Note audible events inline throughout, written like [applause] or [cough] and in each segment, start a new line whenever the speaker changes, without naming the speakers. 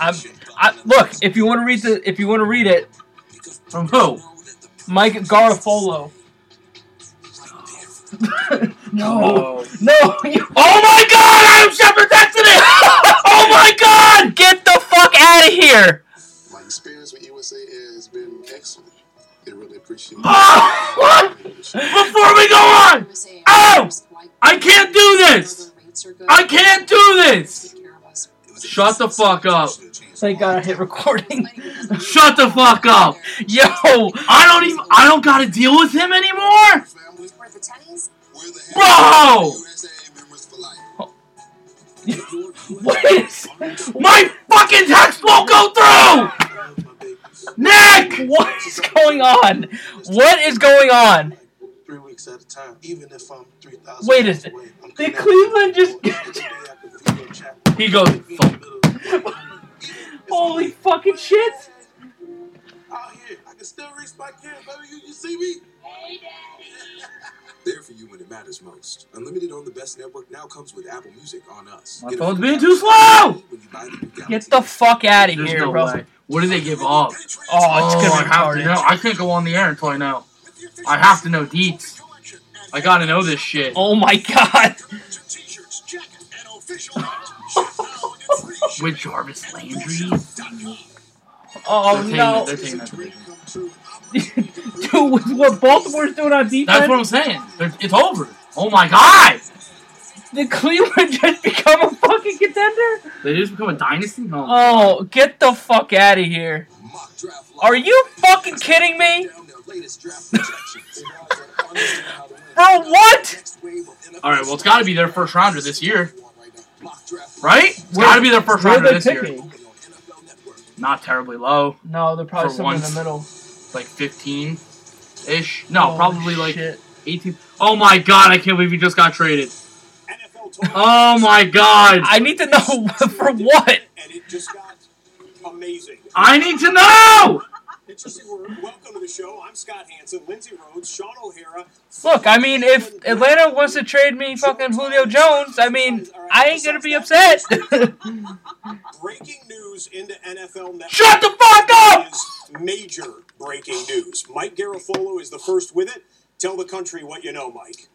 I'm, I, look, if you want to read the, if you want to read it,
From who?
Mike Garofolo. no, no, you
Oh my god, Adam Shepard, that's [laughs] in it! oh my god!
Get the fuck out of here!
My experience with USA Air has been excellent. They
[laughs]
really appreciate
Oh, what? Before we go on! Ow! I can't do this! I can't do this! Shut the fuck up.
Thank God I hit recording.
Shut the fuck up!
Yo,
I don't even, I don't gotta deal with him anymore!
Families,
Worth the tennies?
we're the
Bro!
USA members for life.
what is?
My fucking text won't go through! Nick!
What is going on? What is going on?
Three weeks at a time, even if I'm three thousand.
Wait a second. Did Cleveland just-
He goes, fuck.
Holy fucking shit!
Out here, I can still reach my kids, baby. You, you see me?
[laughs] There for you when it matters most. Unlimited on the best network now comes with Apple Music on us.
My
Get a
phone's
free
being
Apple
too
Music
slow!
when you buy the new
Get
Galaxy
the fuck out of
There's
here,
no
bro.
way. What do they give up?
Oh, it's
I
gonna be
have to
retarded.
know. I can't go on the air until I know. I have to know deets. I gotta know this shit.
Oh
[laughs]
my god.
With Jarvis Landry?
Oh
They're taking
no.
it, they're taking it. [laughs]
[laughs] Dude, with what Baltimore's doing on defense,
That's what I'm saying. They're- It's over. Oh my god!
did Cleveland [laughs] just become a fucking contender?
They just become a dynasty? No.
Oh, get the fuck out of here.
Mock draft live.
Are you fucking kidding me?
Down their latest draft projections.
Bro, what?
All right, well, it's got to be their first rounder this year, right? It's got to be their first
Where
rounder
are they
this year.
picking?
Not terribly low,
No, they're probably
For
somewhere in
once.
the middle.
like 15 ish. No,
Oh,
probably like
shit.
18. Oh my god, I can't believe he just got traded. Oh my god.
I need to know [laughs] for what.
And it just got amazing.
I need to know!
Interesting word. Welcome to the show. I'm Scott Hansen, Lindsay Rhodes, Sean O'Hara.
Look, I mean, if Atlanta wants to trade me fucking Julio Jones, I mean, I ain't gonna be upset. [laughs]
Breaking news into NFL Network.
Shut the fuck up!
is major breaking news. Mike Garafolo is the first with it. Tell the country what you know, Mike.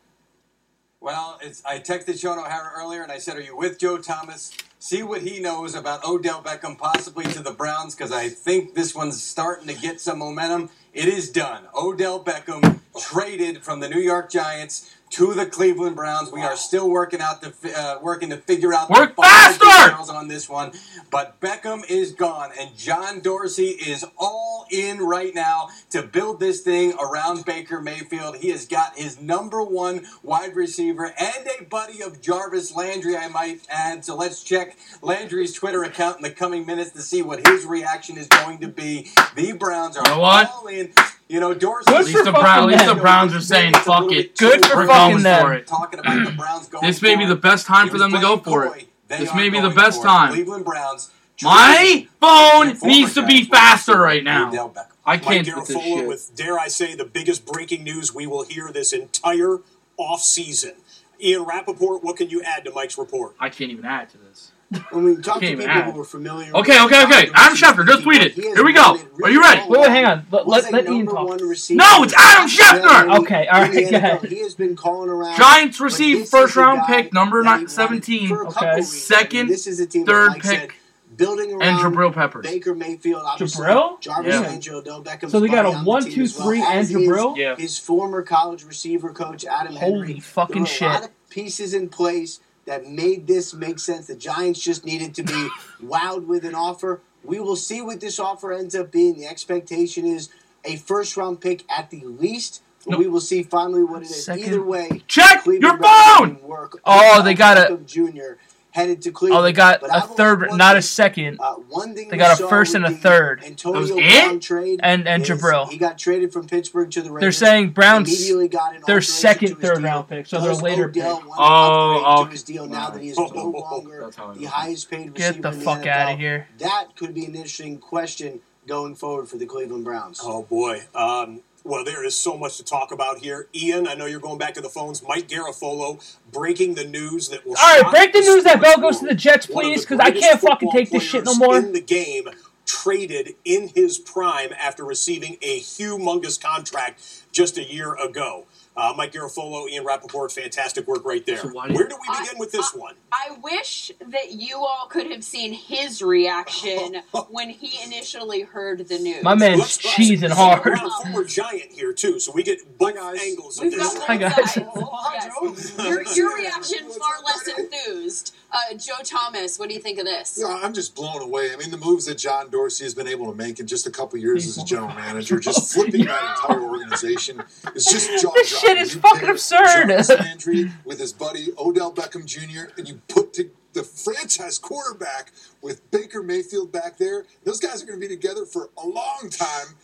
Well, it's, I texted Sean O'Hara earlier and I said, Are you with Joe Thomas? See what he knows about Odell Beckham possibly to the Browns because I think this one's starting to get some momentum. It is done. Odell Beckham traded from the New York Giants to the Cleveland Browns. We are still working out the fi- uh, working to figure out
Work
the final
faster!
details on this one, but Beckham is gone and John Dorsey is all in right now to build this thing around Baker Mayfield. He has got his number one wide receiver and a buddy of Jarvis Landry, I might add. So let's check Landry's Twitter account in the coming minutes to see what his reaction is going to be. The Browns are
You know what?
all in. You know, Dorsey.
Good
At least,
for
the Brown, at
fucking
least the
them.
Browns are saying, fuck it.
Good for
We're
fucking
going
them.
for it.
Talking about the Browns going
This may be
for
the
it.
best time for
He
them
was
to go
playing
for
coy.
it.
They
This
are
may be the
going
best
for it.
time.
Cleveland Browns.
My phone
Former
needs to be
Giants wide
faster
receiver,
right now.
Odell Beckham.
I
Mike
can't with this
Garafolo
shit.
with, dare I say, the biggest breaking news we will hear this entire offseason. Ian Rappaport, what can you add to Mike's report?
I can't even add to this.
When we talk to
Can't even
people
add.
who are familiar
Okay,
with
okay, okay.
Donovan
Adam
Mitchell,
Schefter, just tweet it.
he has
Here we go.
been really
Are you ready?
Wait, wait, hang on. Let,
Was
let,
a
let Ian
number
talk.
One receiver.
No, it's Adam Schefter!
Okay, all right,
In the
go ahead.
NFL, He has been calling around.
Giants
but this
receive
is
first
the
round
guy
pick number
that he
ni-
wanted
17,
for a couple
Okay.
reasons.
Second,
This is a team that
third
Mike said,
pick,
building around
and Jabril Peppers.
Baker Mayfield, obviously.
Jabril?
Jarvis
Yeah.
Landry, Odell Beckham.
So they got a one,
one,
two,
two, three,
three, and Jabril?
Yeah.
His former college receiver coach Adam Henry.
Holy fucking
There were A lot
shit.
of pieces in place that made this make sense. The Giants just needed
[laughs]
to be wowed with an offer. We will see what this offer ends up being. The expectation is a first round pick at the least. but
No.
We will see finally what it is.
Second.
Either way,
Check
Cleveland
your
Browns
phone!
can Work
Oh, they got a-
Beckham Jr. headed to Cleveland.
Oh, they got
But
a
I've only
third,
one
not
thing-
a second.
uh, one thing
They
we
got a
saw
first
with
and a
the
third.
Antonio
That was
Brown
it?
trade
And- and
is
Jabril.
He got traded from Pittsburgh to the Ravens.
They're saying Browns.
Immediately got an
their
alteration
second
to his
third
deal.
round pick, so
Does
they're later
Odell
pick.
want to
Oh,
upgrade to
okay.
his deal now that he is no longer
[laughs] That's how I
the
know.
highest paid receiver
Get the
in the
fuck
NFL.
out of here.
Oh,
That could be an interesting question going forward for the Cleveland Browns.
Oh, boy. Um, Well, there is so much to talk about here. Ian, I know you're going back to the phones. Mike Garafolo breaking the news that will.
All right,
shock
break the news that Bell goes to the
sports
Jets,
world. One of
please,
the
because I
greatest
can't fucking
football
take this shit no
players
more.
In the game, traded in his prime after receiving a humongous contract just a year ago. Uh, Mike Garafolo, Ian Rappaport, fantastic work right there.
So why do you-
Where do we begin with this one?
I wish that you all could have seen his reaction when he initially heard the news.
My man. And
Let's try
cheesing
to-
hard.
We're a Former giant here too, so we get both
guys.
angles of
We've
this.
got
[laughs] Hi,
both
[laughs]
guys.
sides.
Hi,
Yes.
Joe.
Your, your reaction far less enthused. Uh, Joe Thomas, what do you think of this?
Yeah, I'm just blown away. I mean, the moves that John Dorsey has been able to make in just a couple years as a general
[laughs]
manager, just flipping that entire organization, is just jaw
This shit is fucking absurd. [laughs]
Landry with his buddy Odell Beckham Jr. and you put to the franchise quarterback with Baker Mayfield back there. Those guys are going to be together for a long time.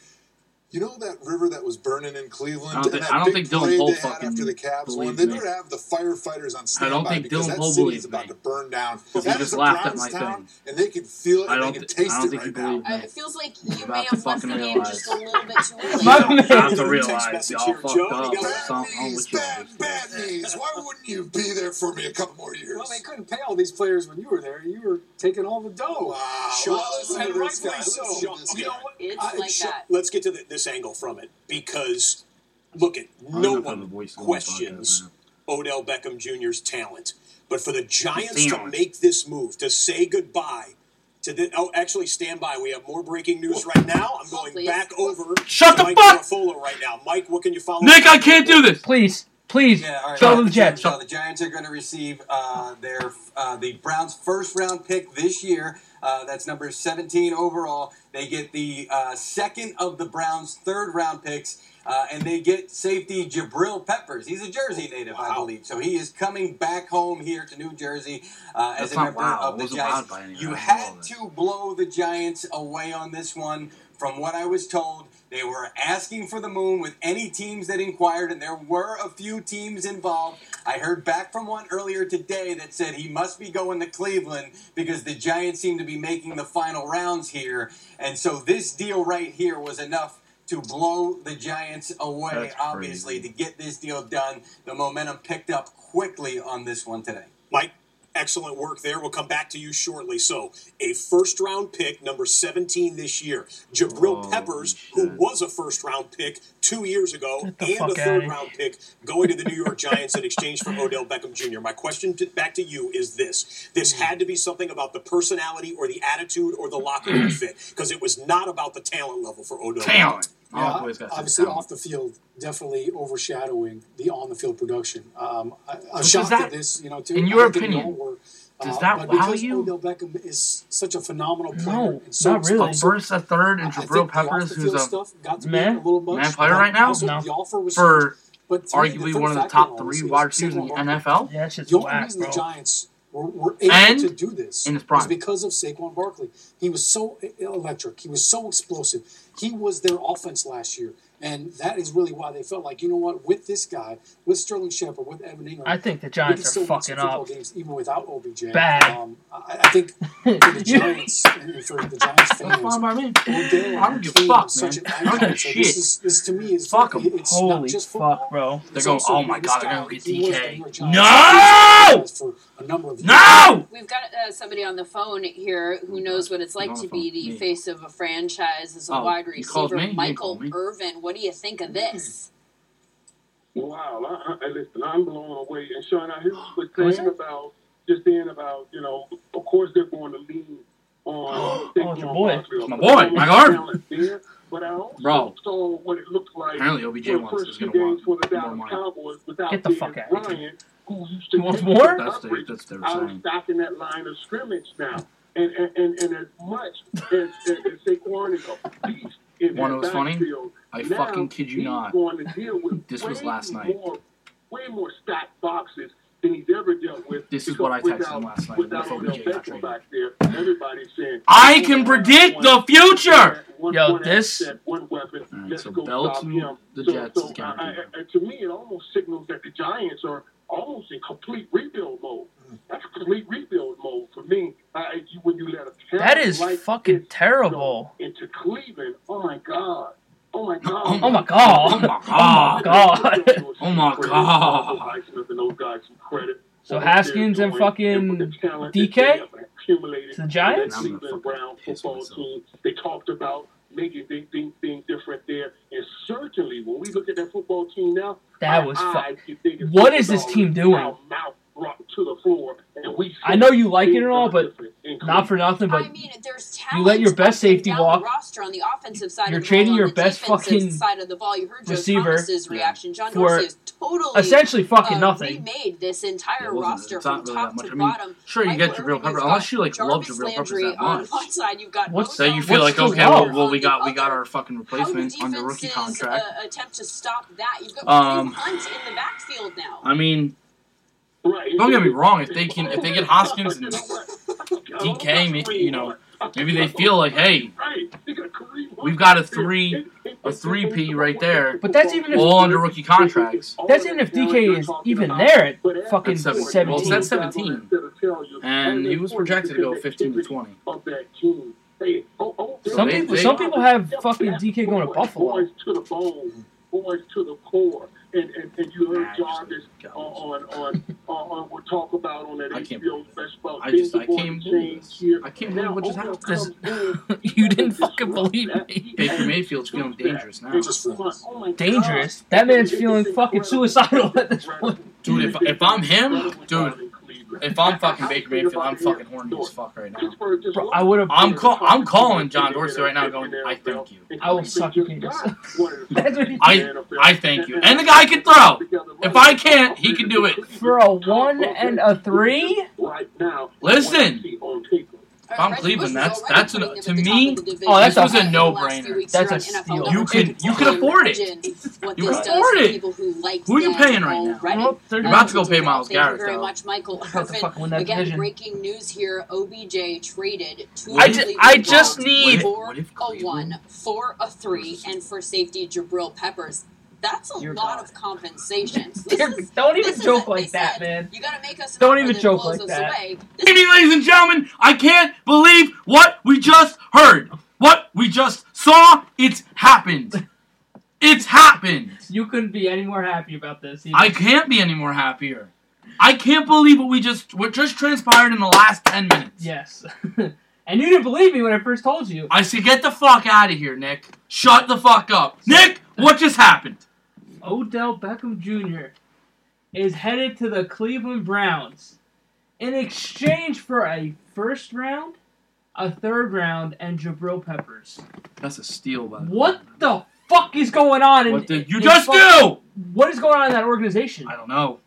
You know that river that was burning in Cleveland,
I don't
and
think-
that
I don't
big
think Dylan
parade
Poe
they had
fucking
after the Cavs won.
believes
They
me.
better have the firefighters on standby
think
because
Dylan
that
Poe
city
believes
is about
me.
to burn down.
Because he
That
just
is a
laughed at
Browns
my
town,
thing.
and they can feel it.
I
and
don't
they can
thi- I
taste
don't
it
think he
right now.
believed
Uh, it feels like you
About
may
to
have left the
fucking
game
realize.
just a little bit
[laughs]
too early.
My man.
I have to
Text
realize
message
y'all
here,
fucked
Joe,
up.
we got
Something
Bad
wrong
knees,
with y'all.
bad, bad knees. Why wouldn't you be there for me a couple more years?
Well, they couldn't pay all these players when you were there. You were taking all the dough.
Wow.
Sure.
Well, listen to
And
this guy.
rightfully so.
Listen to this
You
guy.
know what? [laughs]
It's
I-
like
sh-
that.
Uh, Let's get to the, this angle from it because, look at
I don't
no
know if I have a
one
voice on the
questions
podcast right
Odell Beckham Jr.'s talent, but for the Giants
Damn.
to make this move to say goodbye to the oh, actually stand by. We have more breaking news right now. I'm going
Please.
back over.
Shut the
to Mike
fuck-
Garafolo right now, Mike. What can you follow?
Nick, I can't do this.
Please, please,
Yeah, all right.
go to the
Now,
Jets.
So the Giants are going to receive uh, their uh, the Browns' first round pick this year. Uh, that's number 17 overall. They get the uh, second of the Browns' third round picks, uh, and they get safety Jabril Peppers. He's a Jersey native, I
Wow.
believe. So he is coming back home here to New Jersey uh, as
That's
a
not
member
wow.
of
I
the
wasn't
Giants.
wowed by any of
you
that. I know all
had
that.
to blow the Giants away on this one. From what I was told, they were asking for the moon with any teams that inquired, and there were a few teams involved. I heard back from one earlier today that said he must be going to Cleveland because the Giants seem to be making the final rounds here. And so this deal right here was enough to blow the Giants away,
That's
obviously,
crazy.
to get this deal done. The momentum picked up quickly on this one today.
Mike, excellent work there. We'll come back to you shortly. So, a first round pick, number 17 this year. Jabril
Holy
Peppers,
shit.
who was a first round pick two years ago
the
and a
fuck
third
outta
round pick, going to the New York Giants in exchange for Odell Beckham Jr. My question to, back to you is this this
Hmm.
had to be something about the personality or the attitude or the locker
[clears throat]
room fit because it was not about the talent level for Odell. Beckham.
Talent.
Yeah,
All boys got
obviously,
talent.
off the field, definitely overshadowing the on the field production. Um, I, I'm
does
shocked
that-
at this, you know, too.
in
I
your
think they
opinion,
all were,
does
uh,
that
but
wow
because
you?
Odell Beckham is such a phenomenal player.
No,
and so
not really.
explosive,
First, a third, and
I think
Jabril
the off
Peppers,
the
who's
field
a
stuff got to be
man-
a little much,
man player
but
right now?
also
No.
The offer was
for
but to me,
arguably
thing
one of the
factor in all
top
this
three
is
wide receivers in the
Saquon
NFL.
Yeah, that shit's
the only
whack,
reason
bro.
the Giants were, were able
And
to do this
in his prime.
was because of Saquon Barkley. He was so e- electric. He was so explosive. He was their offense last year, and that is really why they felt like you know what, with this guy, with Sterling Shepard, with Evan Ingram,
I think the
we can
Giants
still
are
win some
fucking
football
up.
Games even without OBJ.
Bad.
Um, I, I think for
[laughs]
[laughs]
the Giants and for the Giants
That's
fans.
fine by me.
Odell
I
and
don't give a
team
fuck,
is
man.
such an
I don't give
icon.
a
So
[laughs] shit.
This, is, this to me is
Fuck 'em.
It's not
Holy
just
fuck,
football.
bro.
They're
It's
going,
also
"Oh my
this
God, they're
guy,
gonna get
he was the
DK."
New York Giants
No!
for a number of
No!
We've got uh, somebody on the phone here who knows what it's like
Who's
to
on
be
the phone?
the
Me.
face of a franchise as a
Oh,
wide
you called
receiver,
me? You didn't
Michael
call me. Mm-hmm.
Irvin. What do you think of this?
Wow, I, I, listen, I'm blown away. And Sean, I hear what you
What
were
was
saying about just saying about you know, of course they're going to lean on.
[gasps] Oh, it's your boy.
Barkley.
My boy, my guard.
Talent there, But I also
Bro.
saw what it looked like.
Apparently, OBJ
for the
wants is
first few
going to
games for the
want more
Dallas
money.
Cowboys without
Get the fuck
Dez
out of here.
Bryant, who used to
He wants
take
more?
the
That's the,
coverage
that's their
out of
saying.
stocking that line of scrimmage now. And and, and, and as much as, as, as Saquon is a beast in
Wanna know
that
what's funny?
backfield,
I
now
fucking kid you
he's
not.
going to deal with
This was
way
last night.
More, way more stacked boxes than he's ever dealt with.
This is
because
what I texted him
without-
last night
Without
before
Odell
we got
Beckham back there, everybody's saying,
I can predict the future!
One-
Yo,
one
this-
asset, one weapon.
All right,
Let's
so
go
Bell
stop
to
him.
the
So-
Jets
so
is guaranteed.
I- I- I- to me, it almost signals that the Giants are almost in complete rebuild mode. That's complete rebuild mode for me. I, you, when you let a
That is
talent like
fucking
this go
terrible.
into Cleveland, oh my god, oh my
Oh, my god. Oh my god.
Oh my god.
so Haskins and fucking DK? To the Giants?
Cleveland Brown football team. They talked about making big things being different there. And certainly when we look at that football team now,
That
our
was
eyes
fuck-
get big as
What is this
footballs,
team doing?
Our mouth dropped to the floor, and we
I know you like it and all, but not for nothing, but
I mean, there's
you let your
talent
best
up and
safety
down
walk.
The roster on the offensive side
You're
of the
trading
ball,
your
on the
best
defensive
fucking
side of the ball. You heard Joe
receiver
Thomas's reaction. John
for
Dorsey is totally
essentially fucking
uh,
nothing.
Remade this entire
wasn't-
roster
it's not
from
really
top
that much.
to
I mean,
bottom.
Sure, you
Michael
get Jabril
Irvin
Pepper
has
unless
got
you like love
Jarvis
Jabril Peppers
Landry
that
on
much.
one side. You've got
What's-
Odell
That you feel
What's
like
the
okay,
love?
well, well, we got we got our fucking
how the
replacement on the rookie
defenses
contract.
uh, attempt to stop that. You've got
Um,
Kareem Hunt in the backfield now.
I mean,
Right.
don't get me wrong. If they can, if they get
[laughs]
Hoskins and DK, maybe you know, maybe they feel like, hey,
Right. They got Kareem Hunt.
we've got a three, a three P right there,
But that's even if
all under [laughs] rookie contracts.
that's even if DK is even there at fucking
That's seven. Well,
seventeen.
that's seventeen, and he was projected
[laughs]
to go fifteen to twenty.
of that team. Hey, oh, oh,
Some
They-
people
they-
some people have fucking DK going to Buffalo.
Boys to the bone, boys to the core, and and, and you heard Jarvis on on on, on, on we'll talk about on that
I can't
HBO special about
I
things
just I
aboard
can't
the
believe
change
this.
here. oh,
I can't believe what just happened.
This,
[laughs] [laughs] you didn't fucking believe me.
Baker Mayfield's feeling dangerous now.
Just friends.
Oh,
Dangerous. That man's feeling fucking suicidal at this point.
Dude, if, if I'm him, dude, if I'm fucking Baker Mayfield, I'm fucking horny as fuck right now.
Bro, I would have.
I'm call, I'm calling John Dorsey right now, going, I thank you.
I will suck your penis. [laughs] That's what he [laughs]
I I thank you. And the guy can throw. If I can't, he can do it.
for a one and a three.
right now.
Listen.
On paper.
if I'm
Reggie
Cleveland,
Bush is
that's-
already
that's an-
putting them
to
at the top of
me,
the division.
Oh, that's a-
In the
no
last few
brainer.
weeks,
That's
you're
a
on NFL
steal.
level.
You
could-
It's
you could afford it.
legends. What
You
this
could
does
afford
to
it.
people who like
Who are you
them
paying right now?
already.
Well, they're
Uh,
about to go pay
Jabril,
Myles
thank you
Garrett,
very
though.
much, Michael
[laughs] About to
Irvin.
fucking win that
Again,
division.
breaking news here: OBJ traded to
I
the
ju-
Cleveland
I just
Browns
need-
for
What if- what if
a one, for a three,
Versus-
and for safety Jabril Peppers. That's a
Dear
lot
God.
of
[laughs]
compensation. [laughs] This
Dear-
is-
don't
this
even
is
joke
a- they
like that,
said,
man.
You gotta make us an
Don't
offer
even
that
joke
blows
like
us
that.
away. This
Anyway, ladies and gentlemen, I can't believe what we just heard. What we just saw, it's happened. It's happened.
You couldn't be any more happy about this. either.
I can't be any more happier. I can't believe what we just what just transpired in the last ten minutes.
yes. [laughs] and you didn't believe me when I first told you.
I said, get the fuck out of here, Nick. Shut the fuck up, Nick. What just happened?
Odell Beckham Jr. is headed to the Cleveland Browns in exchange for a first round, a third round, and Jabril Peppers.
That's a steal, by the way.
What the fuck is going on? In,
What did you
in
just
fucking-
do?
What is going on in that organization?
I don't know.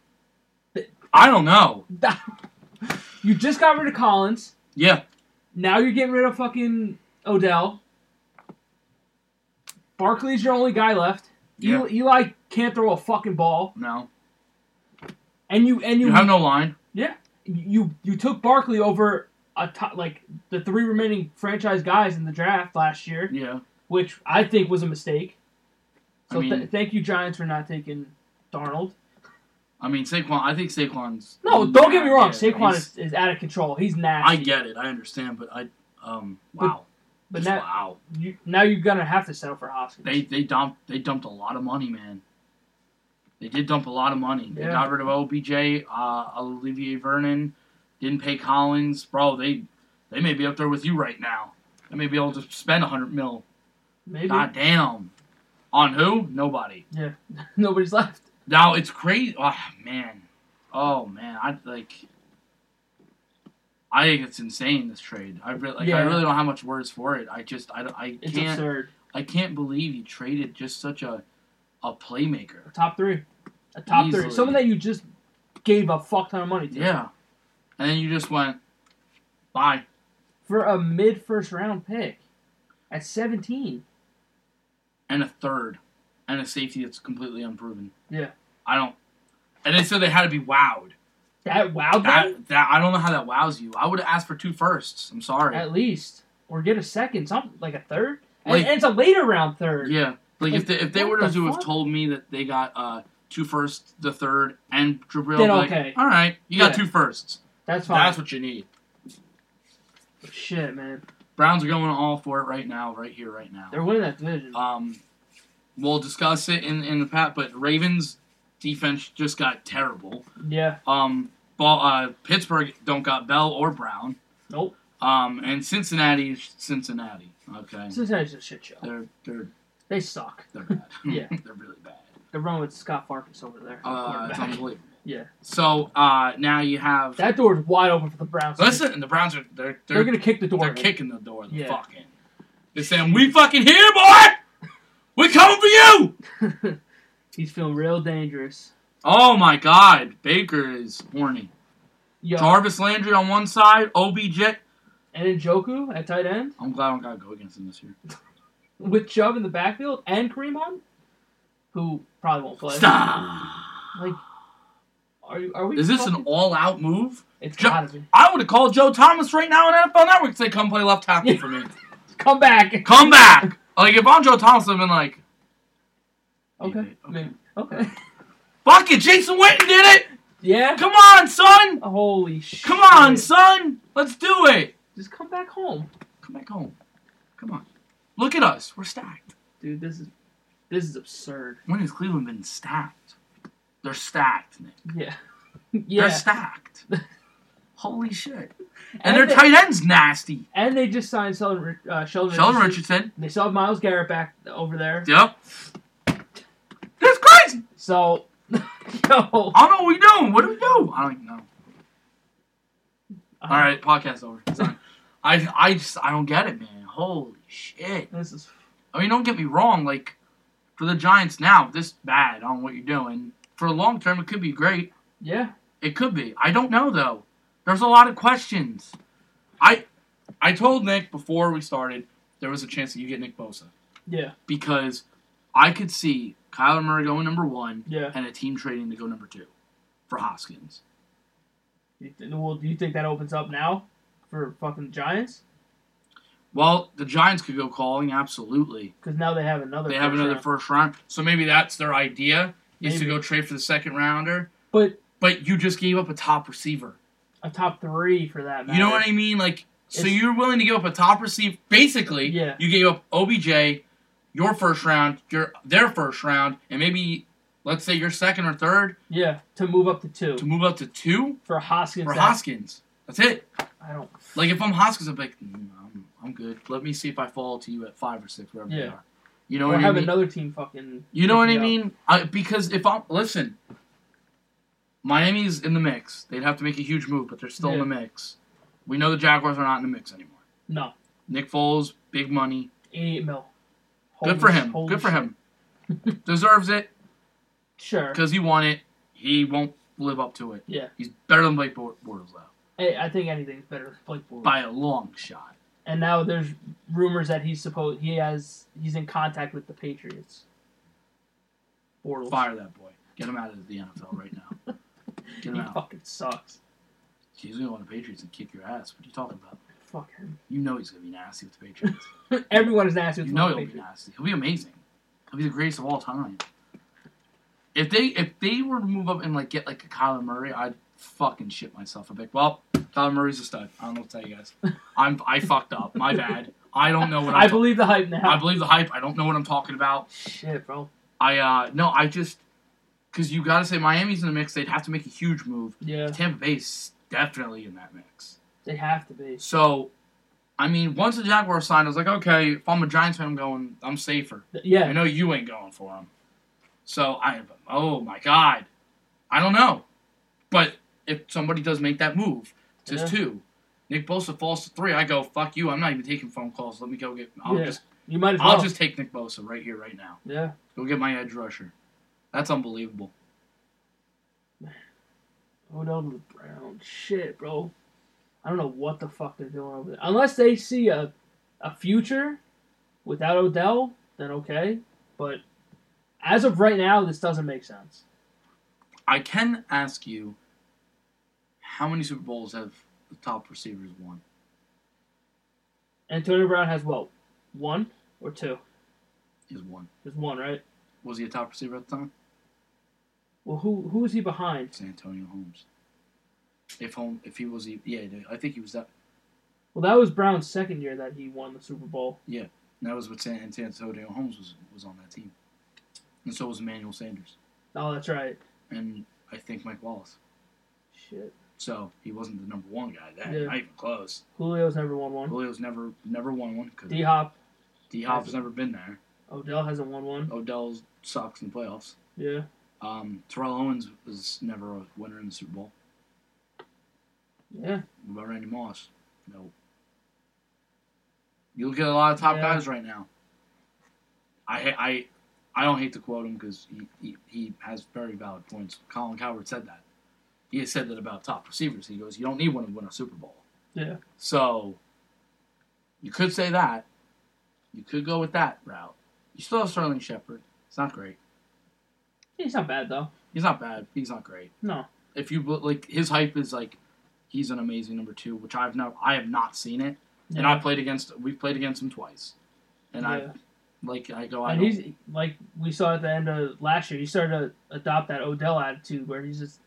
I don't know.
[laughs] you just got rid of Collins.
Yeah,
Now you're getting rid of fucking Odell. Barkley's your only guy left.
Yeah.
Eli, Eli can't throw a fucking ball,
no.
and you and you
You have no line.
yeah you you took Barkley over a top, like the three remaining franchise guys in the draft last year,
Yeah.
which I think was a mistake.
I
So
mean-
th- thank you Giants for not taking Darnold.
I mean Saquon. I think Saquon's.
No, don't get me wrong.
Yeah,
Saquon
he's-
is, is out of control. He's nasty.
I get it. I understand, but I. Um. Wow.
but
Just
now
wow.
you now you're gonna have to settle for Hoskins.
They they dumped they dumped a lot of money, man. They did dump a lot of money. They
Yeah.
got rid of OBJ, uh, Olivier Vernon, didn't pay Collins, bro. They they may be up there with you right now. They may be able to spend hundred mil.
Maybe
God damn. On who? Nobody.
[laughs] nobody's left.
Now it's crazy. Oh man. Oh man. I like. I think it's insane this trade. I really like. I
Yeah.
really don't have much words for it. I just I, don't- I
It's
can't
absurd.
I can't believe you traded just such a a playmaker.
Top three, a top
Easily.
three, someone that you just gave a fuck ton of money to
Yeah. And then you just went, bye.
for a mid first round pick at seventeen.
And a third. And a safety that's completely unproven.
Yeah,
I don't. And they said they had to be wowed.
that wowed that,
That, that I don't know how that wows you. I would have asked for two firsts. I'm sorry.
at least, or get a second, something like a third, and,
Like-
and it's a later round third.
Yeah. Like if they, if they
What
were to
the
have
fuck?
told me that they got uh two firsts, the third, and Jabril,
Then
I'd be like,
okay.
all right, you got
Yeah.
two firsts.
that's fine.
That's what you need.
Shit, man,
Browns are going all for it right now, right here, right now. Uh,
they're winning that division.
Um, we'll discuss it in in the pat. But Ravens defense just got terrible.
Yeah.
Um, ball, uh, Pittsburgh don't got Bell or Brown.
Nope.
Um, and Cincinnati is Cincinnati. Okay.
Cincinnati's a shit show.
They're they're
They suck. [laughs]
they're bad.
Yeah.
[laughs] they're really bad.
They're running with Scott Farkas over there.
Uh, it's
quarterback.
unbelievable.
yeah.
So uh, now you have
[laughs] That door's wide open for the Browns.
listen. The Browns are they're
they're,
they're,
gonna kick the door.
they're
in.
kicking the door. The
Yeah.
fucking. They're saying we fucking here, boy. We coming for you.
[laughs] He's feeling real dangerous.
Oh my God, Baker is horny.
Yo,
Jarvis Landry on one side, OBJ.
and then Joku at tight end
I'm glad I don't gotta go against him this year.
with Chubb in the backfield and Kareem Hunt, who probably won't play.
Stop.
Like, are you? Are we?
Is this an
fucking-
all-out move?
It's
Jo-
gotta be.
I would have called Joe Thomas right now on NFL Network to say, "Come play left tackle for me.
Come back.
Come back." Like if I'm Joe Thomas, I've been like,
Okay.
Okay.
Okay. [laughs]
"Fuck it, Jason Witten did it.
Yeah.
Come on, son."
Holy shit.
Come on, son! Let's do it!
Just come back home.
Come back home. Come on. Look at us. We're stacked.
Dude, this is this is absurd.
When has Cleveland been stacked? They're stacked, Nick. [laughs]
Yeah. yeah.
They're stacked. Holy shit. And,
And
their
they-
tight end's nasty.
and they just signed Sheldon, Ri- uh, Sheldon,
Sheldon
Richardson.
Richardson.
They saw Miles Garrett back over there.
Yep. That's crazy.
So, [laughs] yo.
I don't know what we doing. What do we do? I don't even know. All right, podcast over. Sorry. I I just I don't get it, man. Holy shit.
This is
I mean, don't get me wrong. Like, for the Giants now, this bad on what you're doing. For long term, it could be great.
yeah.
It could be. I don't know though. There's a lot of questions. I, I told Nick before we started there was a chance that you get Nick Bosa
Yeah.
because I could see Kyler Murray going number one
Yeah.
and a team trading to go number two for Hoskins.
You th- well, do you think that opens up now for fucking Giants?
Well, the Giants could go calling absolutely.
Because now they have another.
They have
first
another
round.
first round, so maybe that's their idea is to
Maybe.
go trade for the second rounder.
But
but you just gave up a top receiver.
a top three for that. Matter.
You know what I mean? Like, so
It's-
you're willing to give up a top receiver. Basically,
Yeah.
you gave up OBJ, your first round, your their first round, and maybe let's say your second or third
Yeah. To move up to two
to move up to two
for Hoskins.
for
that-
Hoskins. That's it.
I don't.
Like if I'm Hoskins, I'm like, "Mm, I'm, I'm good. Let me see if I fall to you at five or six, wherever they
Yeah.
are. You know
Or
what I
have
mean?
another team fucking.
You know what I
Yeah.
mean? I, because if I'm listen, Miami's in the mix. They'd have to make a huge move, but they're still in the mix. We know the Jaguars are not in the mix anymore.
No.
Nick Foles, big money.
Eighty-eight mil.
Good for
Holy sh-
him.
holy
Good for
shit.
him. [laughs] Deserves it
Sure.
because he won it. He won't live up to it.
Yeah.
He's better than Blake Bor- Bortles though,
Hey, I think anything's better than Blake Bortles.
by a long shot.
And now there's rumors that he's supposed he has he's in contact with the Patriots. Bortles.
Fire that boy. Get him out of the NFL right now. Get
He [laughs]
him out.
fucking sucks.
He's gonna go on the Patriots and kick your ass. What are you talking about?
Fuck him.
You know he's gonna be nasty with the Patriots.
Everyone is nasty with
You
the
know he'll be
Patriots.
nasty. He'll be amazing. He'll be the greatest of all time. If they if they were to move up and like get like a Kyler Murray, I'd fucking shit myself. I'd be like, well, Kyler Murray's a stud. I don't know what to tell you
[laughs]
guys. I'm I fucked up. My bad. I don't know what I'm
I
ta-
believe the hype now.
I believe the hype. I don't know what I'm talking about.
Shit, bro.
I uh no, I just because you gotta say Miami's in the mix. They'd have to make a huge move.
Yeah,
Tampa Bay's definitely in that mix.
they have to be.
So, I mean, once the Jaguars signed, I was like, okay, if I'm a Giants fan, I'm going. I'm safer. I
Yeah,
know you ain't going for him. So I, oh my God, I don't know. But if somebody does make that move to
Yeah.
two, Nick Bosa falls to three, I go fuck you. I'm not even taking phone calls. Let me go get. I'll
Yeah.
just,
you might as well.
I'll just take Nick Bosa right here, right now.
yeah,
Go get my edge rusher. That's unbelievable.
Odell to the Brown. Shit, bro. I don't know what the fuck they're doing over there. Unless they see a, a future without Odell, then okay. But as of right now, this doesn't make sense.
I can ask you, how many Super Bowls have the top receivers won?
Antonio Brown has what, one or two?
Is one.
There's one, right?
Was he a top receiver at the time?
Well, who who is he behind?
It's Antonio Holmes. If home, if he was, e, yeah, I think he was that.
Well, that was Brown's second year that he won the Super Bowl.
And that was what San Antonio Holmes was was on that team. and so was Emmanuel Sanders,
Oh, that's right.
and I think Mike Wallace.
Shit.
So he wasn't the number one guy then,
Yeah.
not even close.
Julio's never won one.
Julio's never never won one. 'cause
D Hop.
D Hop's never been there.
Odell hasn't won one.
Odell sucks in the playoffs.
Yeah.
Um, Terrell Owens was never a winner in the Super Bowl.
Yeah.
What about Randy Moss? No. You look at a lot of top
Yeah.
guys right now. I ha- I I don't hate to quote him because he, he, he has very valid points. Colin Coward said that. He has said that about top receivers. He goes, you don't need one to win a Super Bowl.
Yeah.
So you could say that. You could go with that route. You still have Sterling Shepard. It's not great.
He's not bad though.
He's not bad. He's not great.
No.
If you bel- like, his hype is like he's an amazing number two, which I've not I have not seen it, and I played against we've played against him twice, and I
Yeah.
like I go I
And
don't-
he's like we saw at the end of last year, he started to adopt that Odell attitude where he's just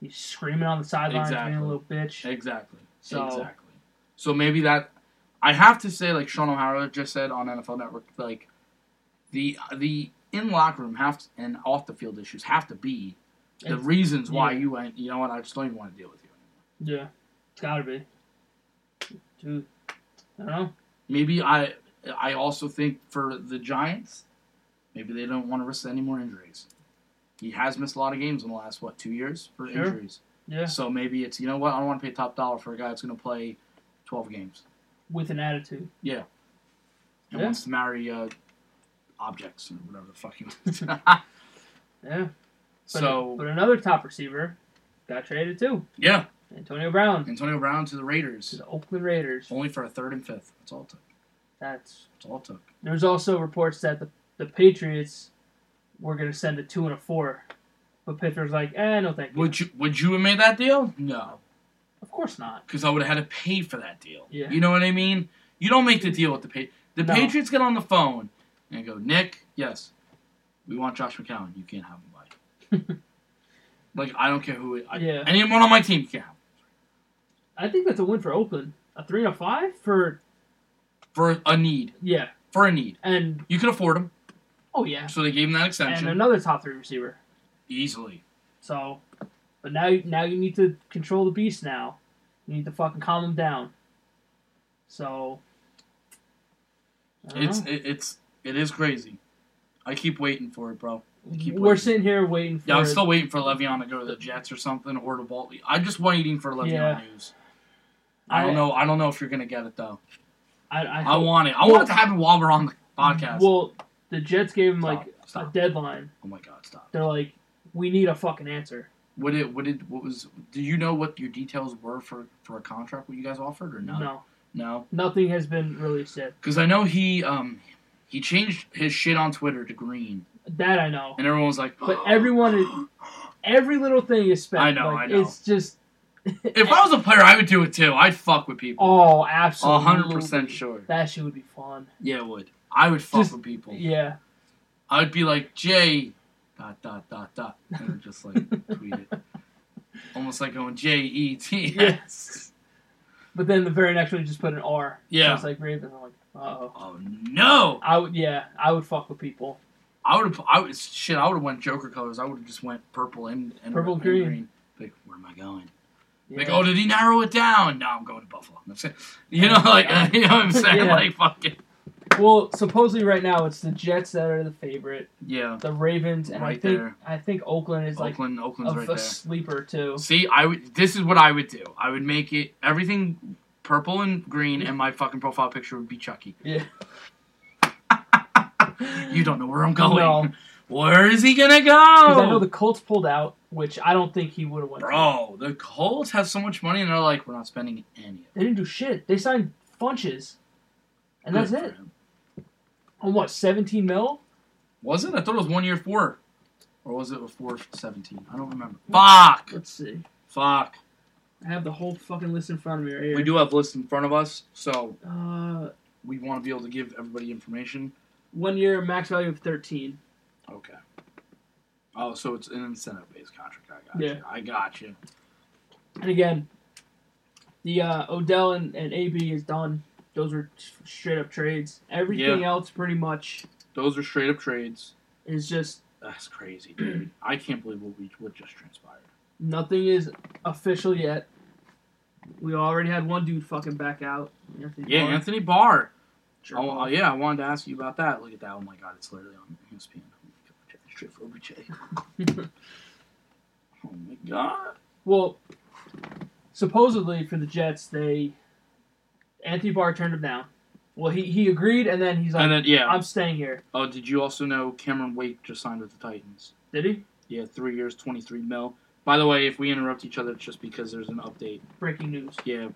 he's screaming on the sidelines, being
Exactly.
a little bitch.
exactly
So-
exactly. So maybe that I have to say like Sean O'Hara just said on NFL Network like the the in locker room have to, and off the field issues have to be the
It's-
reasons why
yeah.
you went you know what I just don't even want to deal with you.
Yeah, it's gotta be. Dude, I don't know.
Maybe I I also think for the Giants, maybe they don't want to risk any more injuries. He has missed a lot of games in the last what two years for
Sure.
injuries.
Yeah,
So maybe it's you know what I don't want to pay top dollar for a guy that's going to play twelve games
with an attitude.
and
Yeah.
wants to marry uh, objects or whatever the fuck he
[laughs]
wants.
Yeah. But,
so
but another top receiver got traded too,
yeah,
Antonio Brown
Antonio Brown to the
to
Raiders
the Oakland Raiders.
only for a third and fifth. That's all it took.
That's
That's all it took.
there's also reports that the the Patriots were gonna send a two and a four, but Pittsburgh's like, eh, no thank you.
Would you would you have made that deal? No.
Of course not.
because I would have had to pay for that deal.
Yeah.
You know what I mean? You don't make the deal with the pa- the
No.
Patriots get on the phone and go, Nick, yes, we want Josh McCown. You can't have him. Bye.
[laughs]
like I don't care who. It, I,
Yeah.
Anyone on my team you can't have him.
I think that's a win for Oakland. A three and a five for
for a need
yeah,
for a need.
and
You can afford him,
oh yeah,
so they gave him that
and
extension
another top three receiver.
easily.
So, but now now you need to control the beast. Now you need to fucking calm him down. So I don't
It's
know.
it, it's it is crazy. I keep waiting for it, bro. I keep
we're
waiting.
sitting here waiting for
Yeah, I'm still waiting for Le'Veon to go to the Jets or something, or to Baltimore. I'm just waiting for Le'Veon
Yeah.
news. I don't
I-
know. I don't know if you're gonna get it though.
I, I,
I
hope-
want it. I
Well-
want it to happen while we're on the podcast.
Well, the Jets gave him
Stop,
like a
stop.
deadline.
oh my god, stop.
They're like, we need a fucking answer.
What did what did what was? Do you know what your details were for for a contract? What you guys offered or no?
No,
no.
nothing has been released yet.
Because I know he um he changed his shit on Twitter to green,
That I know.
and everyone was like,
But everyone, is, every little thing is spent.
I know,
Like,
I know.
It's just
[gasps] If
[laughs]
I was a player, I would do it too. I'd fuck with people.
oh,
A
absolutely.
hundred percent sure.
That shit would be fun.
Yeah, it would. I would fuck
Just-
with people.
Yeah.
I'd be like Jay, dot dot dot dot, and just like tweet it,
[laughs]
almost like going J E T S.
Yes. But then the very next one, you just put an R.
Yeah.
So it's like Ravens. I'm like, uh oh.
Oh no!
I would, yeah, I would fuck with people.
I would have. I would shit. I would have went Joker colors. I would have just went purple and, and
Purple,
and
green.
Like where am I going?
Yeah.
Like oh, did he narrow it down? No, I'm going to Buffalo. I'm saying, you know, like [laughs] you know what I'm saying?
Yeah.
Like fucking
Well, supposedly right now it's the Jets that are the favorite,
yeah.
the Ravens, and I
Right
think
there.
I think Oakland is like
Oakland, Oakland's
a,
right
a
there.
sleeper too.
See, I would. This is what I would do. I would make it everything purple and green, and my fucking profile picture would be Chucky.
Yeah.
You don't know where I'm going.
No.
Where is he gonna
Because I know
go?
the Colts pulled out, which I don't think he would have went.
Oh! Bro, the Colts have so much money, and they're like, we're not spending any of it.
They didn't do shit. They signed Funches, and that's
Good for
it.
him.
On what, 17 mil?
Was it? I thought it was one year four. Or was it before 17? I don't remember. Fuck!
Let's see.
Fuck.
I have the whole fucking list in front of me right here.
We do have lists in front of us, so
Uh,
we want to be able to give everybody information.
one year max value of 13.
Okay. Oh, so it's an incentive based contract. I got
Yeah.
you. I got you.
And again, the uh, Odell and, and AB is done. Those are s- straight up trades. Everything
Yeah.
else pretty much
Those are straight up trades.
is just
That's crazy, [clears throat] dude. I can't believe what we what just transpired.
Nothing is official yet. We already had one dude fucking back out. Anthony
Yeah,
Barr.
Anthony Barr.
Jerk
Oh,
off.
uh, yeah, I wanted to ask you about that. Look at that. Oh my god, it's literally on E ESPN. Straight for OBJ. [laughs] oh my god.
Well, supposedly for the Jets, they Anthony Barr turned him down. Well, he, he agreed, and then he's like,
And then yeah.
"I'm staying here."
Oh, did you also know Cameron Wake just signed with the Titans?
Did he?
Yeah, three years, twenty three mil. By the way, if we interrupt each other, it's just because there's an update.
Breaking news:
Yeah,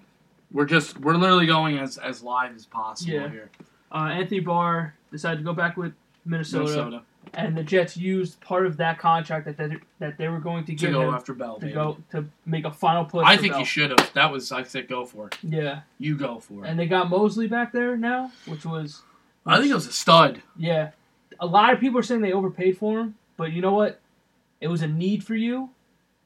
we're just we're literally going as as live as possible
Yeah.
here.
uh, Anthony Barr decided to go back with Minnesota,
Minnesota
and the Jets used part of that contract that they, that they were going to
to
give
go
him
after Bell.
to
baby.
go to make a final push.
I
for
think
Bell.
you should have. That was I said go for it.
Yeah,
You go for it.
and they got Mosley back there now, which was
I think it was a stud.
Yeah. A lot of people are saying they overpaid for him, but you know what? It was a need for you.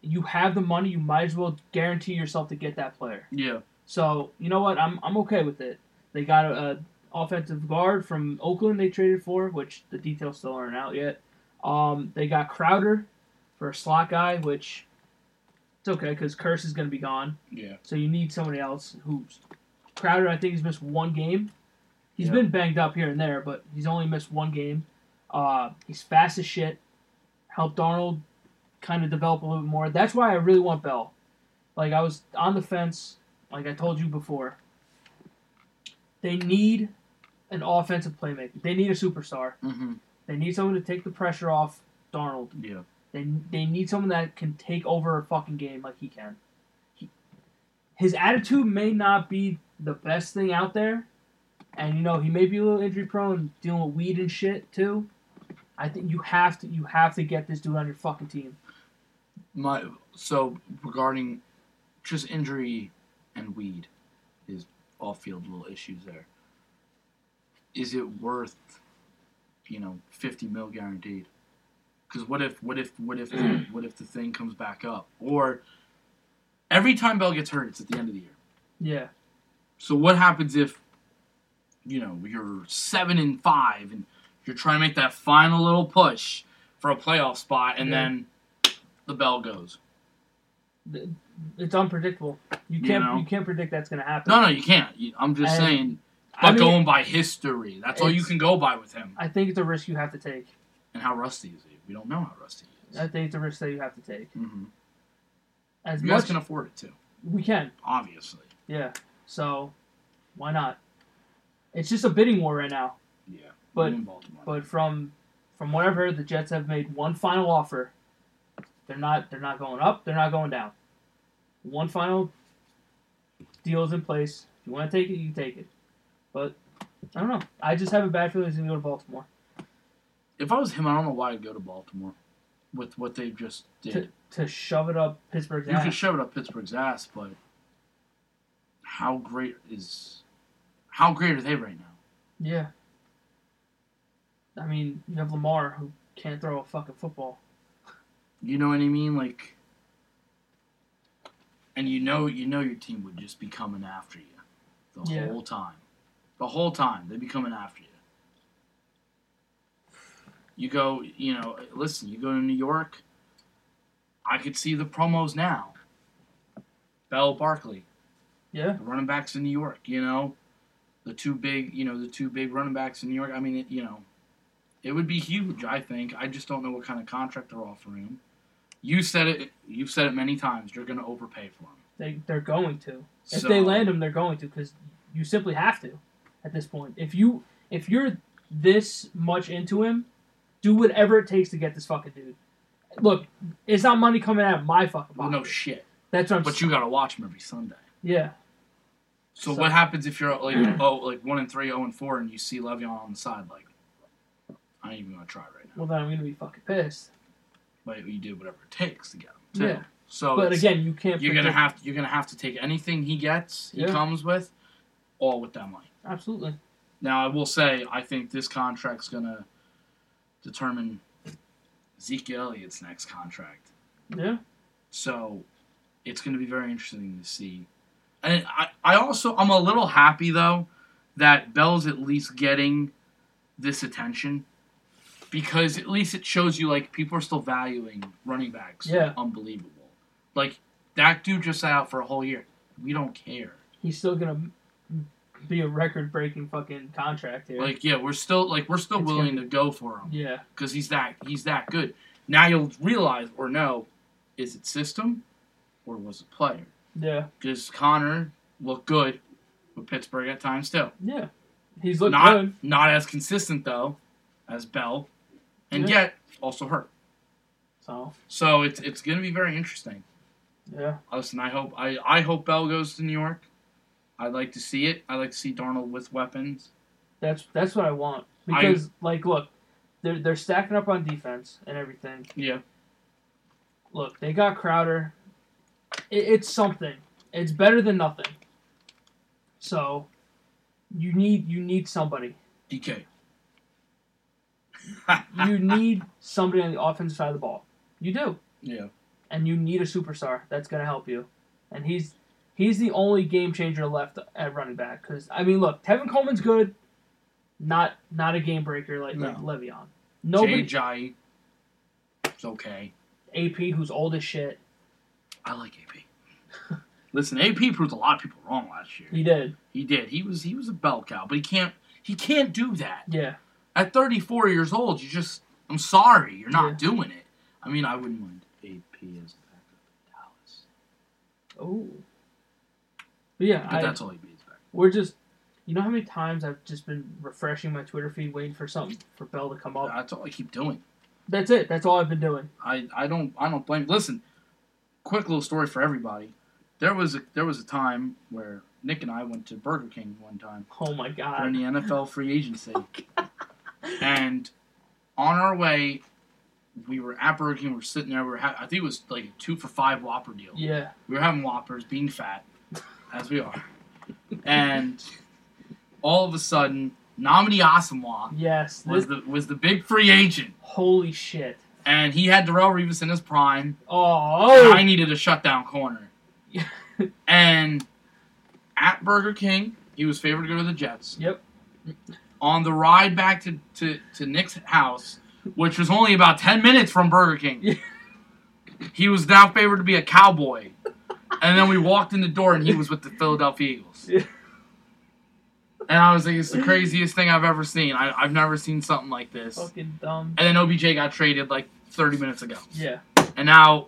You have the money, you might as well guarantee yourself to get that player.
Yeah.
So, you know what? I'm, I'm okay with it. They got a, a offensive guard from Oakland they traded for, which the details still aren't out yet. Um, they got Crowder for a slot guy, which it's okay because Curse is going to be gone.
Yeah.
So you need somebody else who's Crowder. I think he's missed one game. He's
Yeah.
been banged up here and there, but he's only missed one game. Uh, he's fast as shit. Helped Darnold kind of develop a little bit more. That's why I really want Bell. Like I was on the fence, like I told you before. They need an offensive playmaker. They need a superstar.
Mm-hmm.
They need someone to take the pressure off Darnold.
Yeah.
They they need someone that can take over a fucking game like he can. He, his attitude may not be the best thing out there, and you know he may be a little injury prone, dealing with weed and shit too. I think you have to you have to get this dude on your fucking team.
My so regarding just injury and weed, his off field little issues there. Is it worth, you know, fifty mil guaranteed? Because what if what if what if the, what if the thing comes back up? Or every time Bell gets hurt, it's at the end of the year.
Yeah,
So what happens if, you know, you're seven and five and you're trying to make that final little push for a playoff spot, and
Yeah.
then the bell goes.
it's unpredictable. You
You
can't you,
know.
can't predict that's gonna happen.
No, no, you can't. You- I'm just
And-
saying. But
I mean,
going by history, that's all you
It's-
can go by with him.
I think it's a risk you have to take.
And how rusty is he? We don't know how rusty he is.
I think it's a risk that you have to take.
hmm
As
You
much
guys can afford it too,
we can.
obviously.
Yeah. So why not? It's just a bidding war right now.
Yeah,
But-
Even Baltimore.
But from from what I've heard, the Jets have made one final offer. They're not they're not going up. They're not going down. One final deal is in place. If you want to take it, you can take it. But I don't know. I just have a bad feeling he's gonna go to Baltimore.
if I was him, I don't know why I'd go to Baltimore with what they just did.
To, to shove it up Pittsburgh's
You can
ass.
shove it up Pittsburgh's ass, but how great is how great are they right now?
Yeah. I mean, you have Lamar who can't throw a fucking football.
You know what I mean? Like, and you know, you know, your team would just be coming after you the
Yeah.
whole time. The whole time they'd be coming after you. You go, you know, listen. You go to New York. I could see the promos now. Bell Barkley,
Yeah.
the running backs in New York, you know, the two big, you know, the two big running backs in New York. I mean, it, you know, it would be huge. I think. I just don't know what kind of contract they're offering him. You said it. You've said it many times. You're going to overpay for him.
They they're going to. If
So-
they land him, they're going to because you simply have to at this point. If you if you're this much into him, do whatever it takes to get this fucking dude. Look, it's not money coming out of my fucking
well,
pocket.
no shit.
That's what I'm.
But you got to watch him every Sunday.
yeah,
So,
So-
what happens if you're like oh like one and three, oh and four, and you see Le'Veon on the side like, I ain't even going to try right now.
well then I'm gonna be fucking pissed.
But you do whatever it takes to get him. Too.
Yeah.
So
but
Oh, it's-
again, you can't.
you're gonna
predict-
have to, you're gonna have to take anything he gets, he
Yeah.
comes with, all with that money.
absolutely.
Now, I will say, I think this contract's going to determine Zeke Elliott's next contract.
Yeah,
So it's going to be very interesting to see. And I, I also, I'm a little happy, though, that Bell's at least getting this attention because at least it shows you like people are still valuing running backs.
Yeah.
unbelievable. Like that dude just sat out for a whole year. We don't care.
He's still gonna be a record-breaking fucking contract here.
Like yeah, we're still like we're still
It's
willing
gonna-
to go for him.
yeah,
because he's that he's that good. Now you'll realize or know, is it system or was it player?
yeah,
Because Connor looked good with Pittsburgh at times too.
yeah. He's looking
not
good.
not as consistent though as Bell, and
Yeah.
yet also hurt.
So
So it's it's going to be very interesting.
yeah,
Listen, I hope I, I hope Bell goes to New York. I'd like to see it. I'd like to see Darnold with weapons.
that's that's what I want
I-
because like, look, they're they're stacking up on defense and everything.
Yeah,
Look, they got Crowder. It, it's something. It's better than nothing. So you need you need somebody.
DK. [laughs]
You need somebody on the offensive side of the ball. You do.
yeah,
and you need a superstar that's going to help you. And he's he's the only game changer left at running back. Because I mean, look, Tevin Coleman's good, not not a game breaker like, like
No.
Le'Veon.
Jay
Nobody
Jai. It's okay.
AP who's old as shit.
I like AP. [laughs] Listen, AP proved a lot of people wrong last year.
He did,
He did. He was he was a bell cow, but he can't he can't do that.
yeah,
At 34 years old, you just I'm sorry, you're not
Yeah.
doing it. I mean, I wouldn't mind AP as a backup in Dallas,
oh, but yeah.
but
I,
that's all he needs back.
we're just, you know, how many times I've just been refreshing my Twitter feed waiting for something for Bell to come up.
That's all I keep doing.
That's it. That's all I've been doing.
I I don't I don't blame. Listen, quick little story for everybody. There was a, there was a time where Nick and I went to Burger King one time.
Oh my
during
god. [laughs]
the NFL free agency.
Oh,
and on our way, we were at Burger King. We were sitting there. We were ha- I think it was like a two for five Whopper deal.
Yeah,
We were having Whoppers, being fat, as we are. And all of a sudden, Namdi Asamoah
yes.
was
This,
the was the big free agent,
holy shit.
and he had Darrell Revis in his prime.
Oh,
And I needed a shutdown corner. and at Burger King, he was favored to go to the Jets.
Yep.
On the ride back to, to, to Nick's house, which was only about 10 minutes from Burger
Yeah.
King, he was now favored to be a cowboy. And then we walked in the door and he was with the Philadelphia Eagles.
Yeah.
And I was like, it's the craziest thing I've ever seen. I, I've never seen something like this.
fucking dumb.
And then OBJ got traded like 30 minutes ago.
Yeah.
And now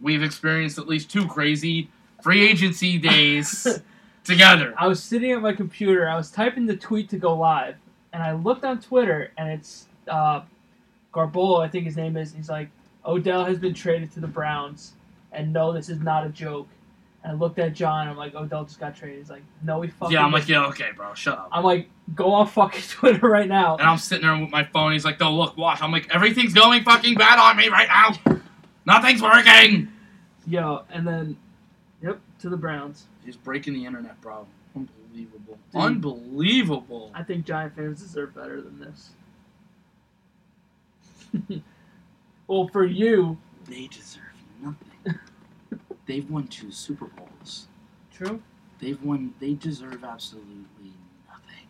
we've experienced at least two crazy free agency
[laughs]
days together.
I was sitting at my computer. I was typing the tweet to go live, and I looked on Twitter, and it's uh, Garbola, I think his name is. He's like, Odell has been traded to the Browns, and no, this is not a joke. And I looked at John. I'm like, Odell just got traded. He's like, no, he fucking.
Yeah, I'm like, yeah, okay, bro, shut up.
I'm like, go on fucking [laughs] Twitter right now.
And I'm sitting there with my phone. He's like, no, look, watch. I'm like, everything's going fucking bad on me right now. Nothing's working.
Yo, and then, yep, to the Browns.
He's breaking the internet, bro. Unbelievable.
Dude.
Unbelievable.
I think Giant fans deserve better than this. [laughs] well, for you,
They deserve nothing. [laughs] They've won two Super Bowls.
true.
They've won. They deserve absolutely nothing.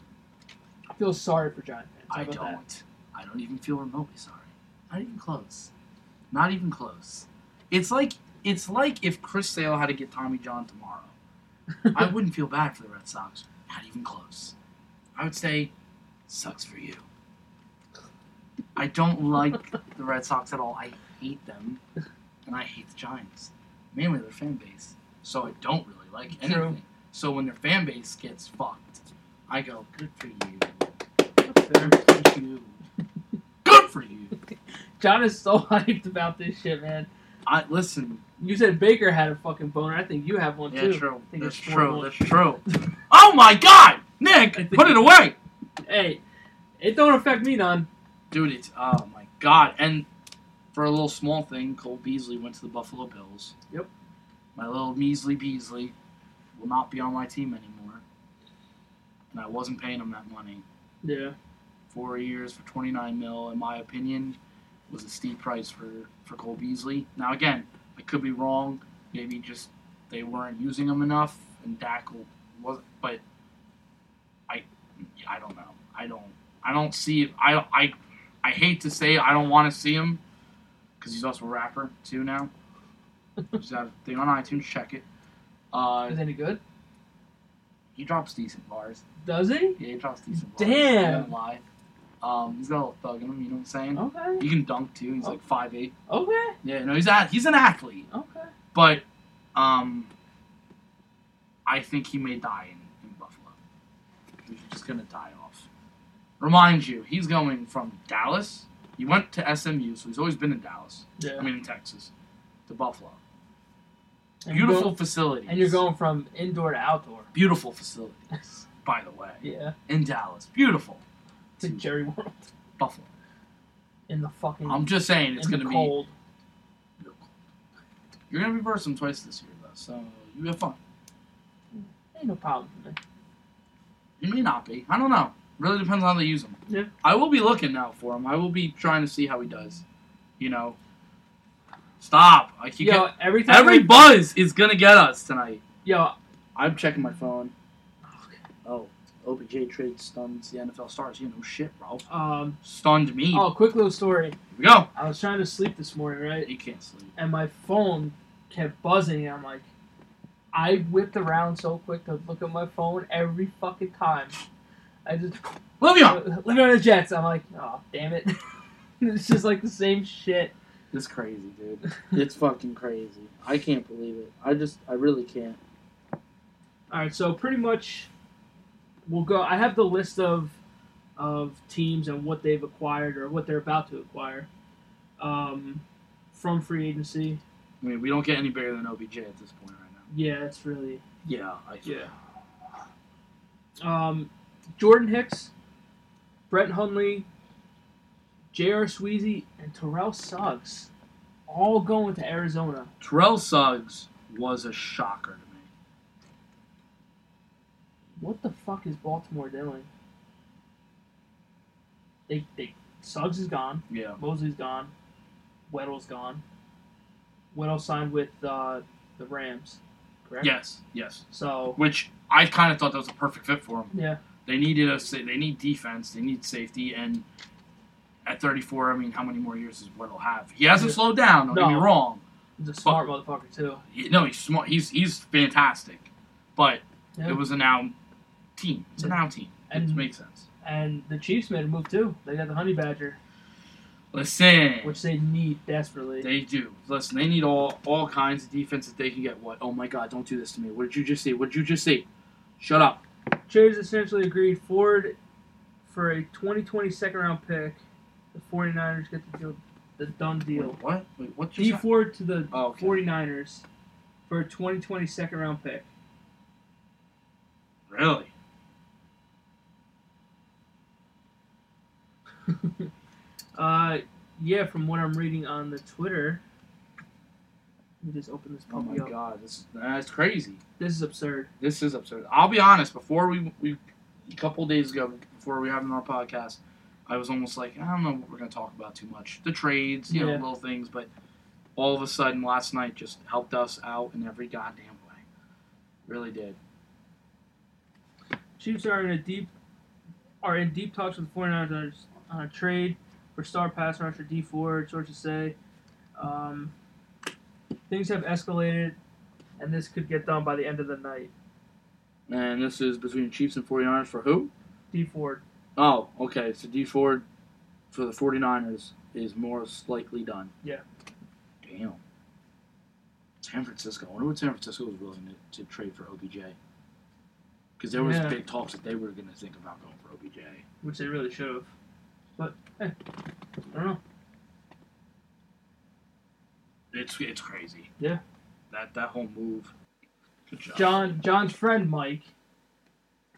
I feel sorry for Giant fans. How
I
about
don't.
that?
I don't even feel remotely sorry. Not even close. Not even close. It's like it's like if Chris Sale had to get Tommy John tomorrow.
[laughs]
I wouldn't feel bad for the Red Sox. Not even close. I would say, sucks for you. I don't like the Red Sox at all. I hate them, and I hate the Giants, mainly their fan base. So I don't really like anything.
True.
So when their fan base gets fucked, I go, good for you. Good for you. Good for you.
John is so [laughs] hyped about this shit, man.
I listen.
You said Baker had a fucking boner. I think you have one
Yeah,
too.
true.
think
That's
it's
true.
horrible.
That's true. Oh my God, Nick,
think
put it
it's-
away,
[laughs] Hey, it don't affect me none.
dude. It's oh my God. And for a little small thing, Cole Beasley went to the Buffalo Bills.
Yep.
My little measly Beasley will not be on my team anymore, and I wasn't paying him that money.
Yeah.
Four years for twenty nine mil, in my opinion, was a steep price for for Cole Beasley. Now again, I could be wrong. Maybe just they weren't using him enough, and Dak was. But I, I don't know. I don't. I don't see. I I I hate to say I don't want to see him because he's also a rapper too now. He's got a thing on iTunes. Check it. Uh,
Is any good?
he drops decent bars.
Does he?
Yeah, he drops decent bars.
Damn.
I won't lie. Um, he's got a little thug in him. You know what I'm saying?
Okay.
He can dunk too. He's like five eight.
Okay.
Yeah, no, he's a, he's an athlete,
Okay.
but um, I think he may die in, in Buffalo. He's just gonna die off. Remind you, he's going from Dallas. He went to SMU, so he's always been in Dallas.
Yeah.
I mean, in Texas, to Buffalo.
And you're
Beautiful
going-
facilities.
and you're going from indoor to outdoor.
Beautiful facilities, by the way,
Yeah.
in Dallas. Beautiful
To Jerry World
Buffalo.
in the fucking.
I'm just saying, it's
in
gonna
the
be.
cold.
You're gonna reverse him twice this year, though, so you have fun.
Ain't no problem. Man.
It may not be. I don't know. Really depends on how they use him.
Yeah.
I will be looking now for him. I will be trying to see how he does. You know. Stop. I keep
Yo,
get-
every time.
every
I-
buzz is gonna get us tonight.
yo,
I'm checking my phone. Oh, OBJ trade stuns the NFL stars. You know shit, bro.
um.
Stunned me.
Oh, quick little story.
Here we go.
I was trying to sleep this morning, right?
You can't sleep.
and my phone kept buzzing. And I'm like, I whipped around so quick to look at my phone every fucking time. I just
Le'Veon.
[laughs] let me on the Jets. I'm like, oh damn it. [laughs] it's just like the same shit.
It's crazy, dude. [laughs] It's fucking crazy. I can't believe it. I just, I really can't.
[laughs] All right, so pretty much, we'll go. I have the list of of teams and what they've acquired or what they're about to acquire um, from free agency.
I mean, we don't get any bigger than OBJ at this point right now.
Yeah, it's really
Yeah. I,
Yeah. Um, Jordan Hicks, Brett Hundley, J.R. Sweezy, and Terrell Suggs all going to Arizona.
Terrell Suggs was a shocker to me.
What the fuck is Baltimore doing? They, they Suggs is gone.
Yeah.
Mosley's gone. Weddle's gone. Weddle signed with uh, the Rams, correct?
Yes. Yes.
So,
Which I kind of thought that was a perfect fit for him.
yeah.
They needed a. sa- They need defense. They need safety. And at 34, I mean, how many more years does Weddle have? He hasn't
Yeah.
slowed down. Don't get
No.
me wrong.
He's a smart motherfucker, too.
He- no, he's smart. He's he's fantastic. But
Yeah.
it was a now team. It's a
Yeah.
now team.
And-
it makes sense.
And the Chiefs made a move, too. They got the Honey Badger,
Listen.
which they need desperately.
They do. Listen, they need all all kinds of defense that they can get. What? Oh my God! Don't do this to me. What did you just say? What did you just say? Shut up.
Traders essentially agreed forward for a 2020 second round pick. The 49ers get the, deal, the done deal.
Wait, what? Wait, what just
D
happened?
Ford to the
Oh, okay.
49ers for a 2020 second round
[laughs]
pick.
Really?
Uh, yeah, from what I'm reading on the Twitter. Let me just open this
Oh my
puppy up.
god, this is, that's crazy.
This is absurd.
This is absurd. I'll be honest. Before we we a couple days ago, before we were having our podcast, I was almost like I don't know what we're gonna talk about too much. The trades, you know,
Yeah.
little things. But all of a sudden, last night just helped us out in every goddamn way. Really did.
Chiefs are in a deep are in deep talks with the 49ers on a trade for star pass rusher D Ford, sources say. Um, things have escalated and this could get done by the end of the night.
And this is between Chiefs and 49ers for who?
D Ford.
Oh, okay. So D Ford for the 49ers is more slightly done.
Yeah.
Damn. San Francisco. I wonder what San Francisco was willing to, to trade for OBJ. Because there was
Yeah.
big talks that they were going to think about going for OBJ.
Which they really should have. But hey, I don't know.
It's it's crazy.
Yeah.
That that whole move. Good job.
John John's friend Mike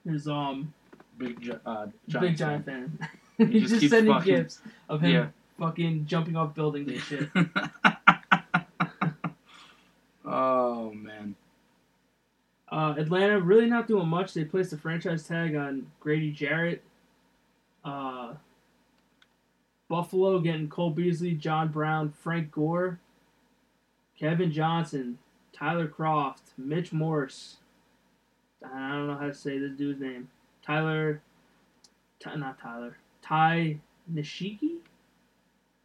is um
Big Gi- uh,
a
Giant fan.
big giant fan. [laughs]
He
He's
just
just,
keeps
sending
fucking-
gifts of him fucking jumping off buildings
[laughs]
and shit.
oh man.
Uh, Atlanta really not doing much. They placed a franchise tag on Grady Jarrett. Uh, Buffalo getting Cole Beasley, John Brown, Frank Gore, Kevin Johnson, Tyler Croft, Mitch Morse. I don't know how to say this dude's name. Tyler, Ty, not Tyler. Ty Nishiki.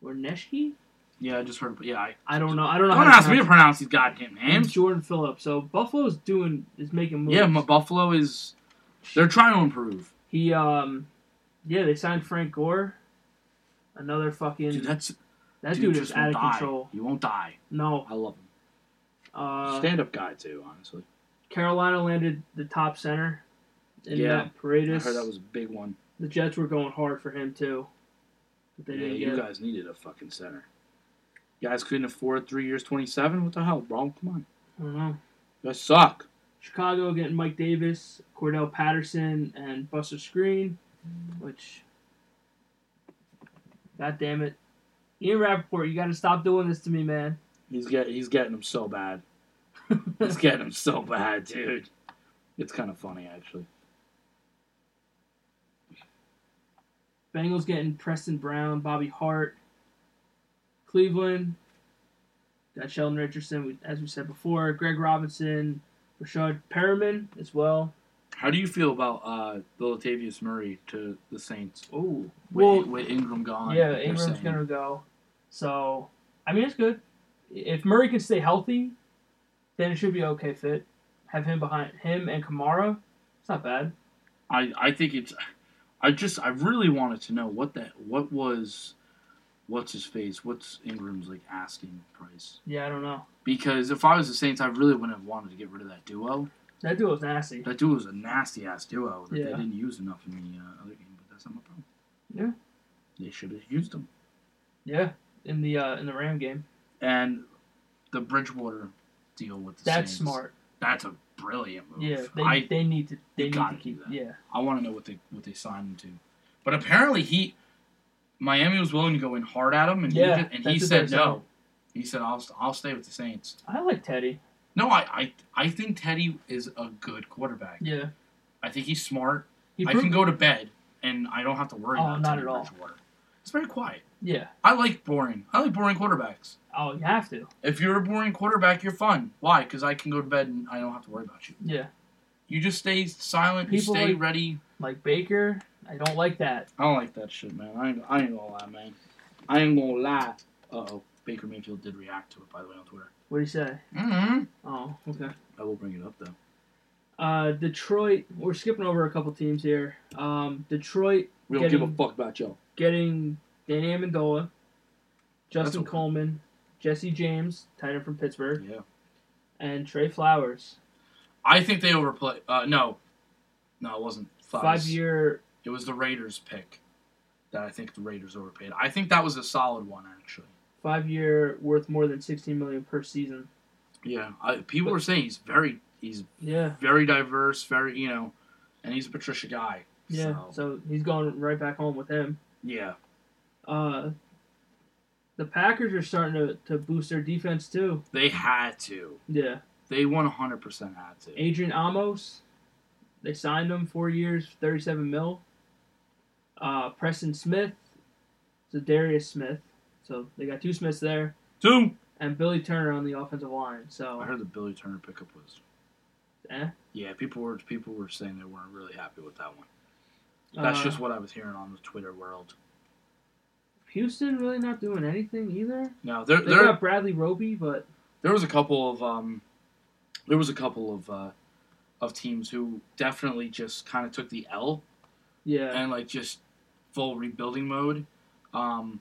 Werneski?
Yeah, I just heard. Yeah, I,
I don't know. I don't know.
Don't
how
ask me to pronounce these goddamn
And
names.
Jordan Phillips. So Buffalo's doing is making moves.
Yeah, my Buffalo is. They're trying to improve.
he um, yeah, they signed Frank Gore. Another fucking
Dude, that's
that dude, is
just won't
out of
die.
control.
He won't die.
No,
I love him.
uh,
Stand up guy too, honestly.
Carolina landed the top center. In
Yeah.
Matt Paredes.
I heard that was a big one.
The Jets were going hard for him too. But they
yeah,
didn't
you
get
guys needed a fucking center. You guys couldn't afford three years, twenty-seven. What the hell, bro? Come on,
I don't know.
you guys suck.
Chicago getting Mike Davis, Cordell Patterson, and Buster Screen, which God damn it. Ian Rappaport, you gotta stop doing this to me, man.
He's get he's getting them so
[laughs]
bad. He's getting them so bad, dude. It's kind of funny actually.
Bengals getting Preston Brown, Bobby Hart, Cleveland, got Sheldon Richardson, we- as we said before, Greg Robinson, Rashad Perriman as well.
How do you feel about uh, the Latavius Murray to the Saints?
Oh,
With,
well,
with Ingram gone,
Yeah,
Oh, they're
Ingram's
saying-
gonna go. So I mean, it's good. If Murray can stay healthy, then it should be okay fit. Have him behind him and Kamara. It's not bad.
I I think it's. I just I really wanted to know what that what was, what's his face? What's Ingram's like asking price?
Yeah, I don't know.
Because if I was the Saints, I really wouldn't have wanted to get rid of that duo.
That dude was nasty.
That duo was a nasty ass duo that they
Yeah.
didn't use enough in the uh, other game, but that's not my problem.
Yeah.
they should have used them.
Yeah, in the uh, in the Ram game.
And the Bridgewater deal with the
That's
Saints,
smart.
That's a brilliant move.
Yeah, they,
I
they need to they need
gotta do
to keep
that.
yeah.
I want to know what they what they signed him to. But apparently he, Miami was willing to go in hard at him, and
Yeah,
he, did- and he
that's what
said
they
no. He said I'll I'll stay with the Saints.
I like Teddy.
No, I I, I think Teddy is a good quarterback.
Yeah,
I think he's smart.
he
I
proved,
can go to bed and I don't have to worry
Oh,
about
not
Teddy
at all.
Bridgewater. It's very quiet.
yeah.
I like boring. I like boring quarterbacks.
Oh, you have to.
If you're a boring quarterback, you're fun. Why? Because I can go to bed and I don't have to worry about you.
Yeah,
You just stay silent. you
People
stay
like-
ready.
like Baker. I don't like that.
I don't like that shit, man. I ain't, I ain't gonna lie, man. I ain't gonna lie. Uh oh. Baker Mayfield did react to it, by the way, on Twitter.
What do you say?
Mm-hmm.
Oh, okay.
I will bring it up, though.
Uh, Detroit. We're skipping over a couple teams here. Um, Detroit
We don't give a
Getting-
fuck about Joe.
getting Danny Amendola, Justin
okay.
Coleman, Jesse James, tight end from Pittsburgh,
Yeah.
and Trey Flowers.
I think they overplay. Uh, no. No, it wasn't. Flowers.
Five year.
It was the Raiders pick that I think the Raiders overpaid. I think that was a solid one, actually.
Five year worth more than sixteen million per season.
Yeah. I, people were saying he's very, he's
Yeah,
very diverse, very you know, and he's a Patricia guy.
yeah.
So,
So he's going right back home with him.
yeah.
Uh, the Packers are starting to, to boost their defense too.
They had to.
Yeah,
They one hundred percent had to.
Adrian Amos, they signed him four years, thirty seven mil. Uh, Preston Smith, so Darius Smith. So they got two Smiths there.
Two.
and Billy Turner on the offensive line. So
I heard the Billy Turner pickup was.
Eh?
Yeah, people were people were saying they weren't really happy with that one. That's
uh,
just what I was hearing on the Twitter world.
Houston really not doing anything either.
No, there
They
there
got Bradley Roby, but
there was a couple of um, there was a couple of uh, of teams who definitely just kind of took the L
yeah,
and like just full rebuilding mode. Um,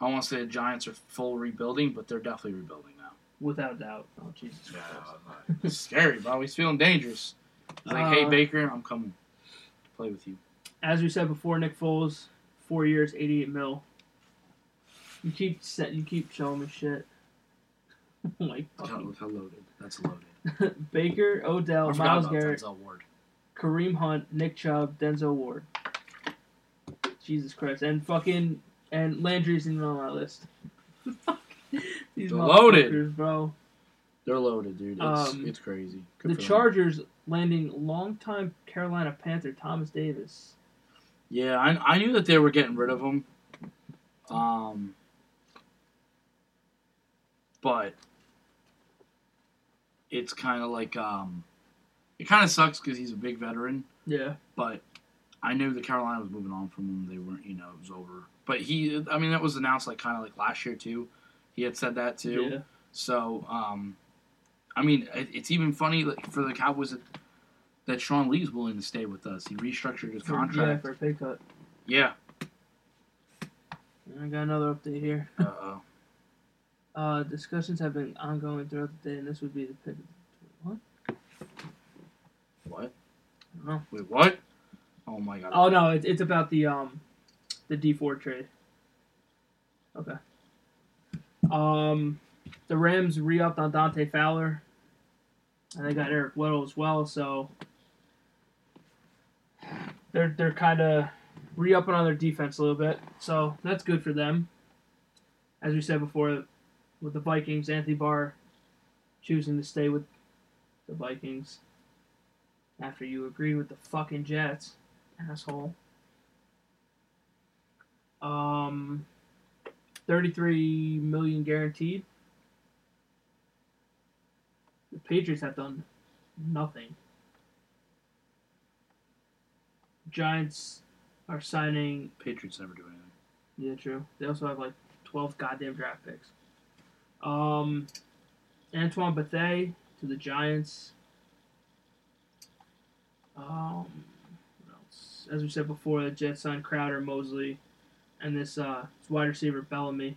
I want to say the Giants are full rebuilding, but they're definitely rebuilding now.
without doubt. Oh Jesus Christ.
Yeah, [laughs] it's scary, bro. He's feeling dangerous. He's like, hey
Uh,
Baker, I'm coming to play with you.
As we said before, Nick Foles, four years, eighty-eight mil. You keep set, you keep showing me shit. [laughs] Oh my
Look how,
god.
look how loaded. That's loaded.
Baker,
I
Odell,
forgot
Miles
about
Garrett,
Denzel Ward.
Kareem Hunt, Nick Chubb, Denzel Ward. Jesus Christ, and fucking and Landry's even on that list. [laughs] These
They're loaded.
motherfuckers, bro.
They're loaded, dude. It's,
Um,
it's crazy. Good
The
for them.
Chargers landing longtime Carolina Panther Thomas Davis.
Yeah, I, I knew that they were getting rid of him. Um, but it's kind of like um, it kind of sucks because he's a big veteran.
Yeah,
But I I knew that Carolina was moving on from him. They weren't, you know, it was over. But he, I mean, that was announced like kind of like last year too. He had said that too.
Yeah.
So, um, I mean, it, it's even funny like, for the Cowboys that, that Sean Lee's willing to stay with us. He restructured his
For, yeah,
contract.
for a pay cut.
Yeah.
I got another update here.
Uh oh.
Uh, discussions have been ongoing throughout the day, and this would be the pick. What?
What?
No.
Wait, what? Oh my god.
Oh no, it's it's about the um, the D four trade. Okay. Um, the Rams re-upped on Dante Fowler, and they got Eric Weddle as well. So they're they're kind of re-upping on their defense a little bit. So that's good for them. As we said before, with the Vikings, Anthony Barr choosing to stay with the Vikings after you agreed with the fucking Jets asshole. Um, thirty-three million guaranteed. The Patriots have done nothing. Giants are signing.
Patriots never do anything.
Yeah, true. They also have like twelve goddamn draft picks. Um, Antoine Bethea to the Giants. Um, what else? As we said before, the Jets signed Crowder, Mosley, and this uh, this wide receiver Bellamy.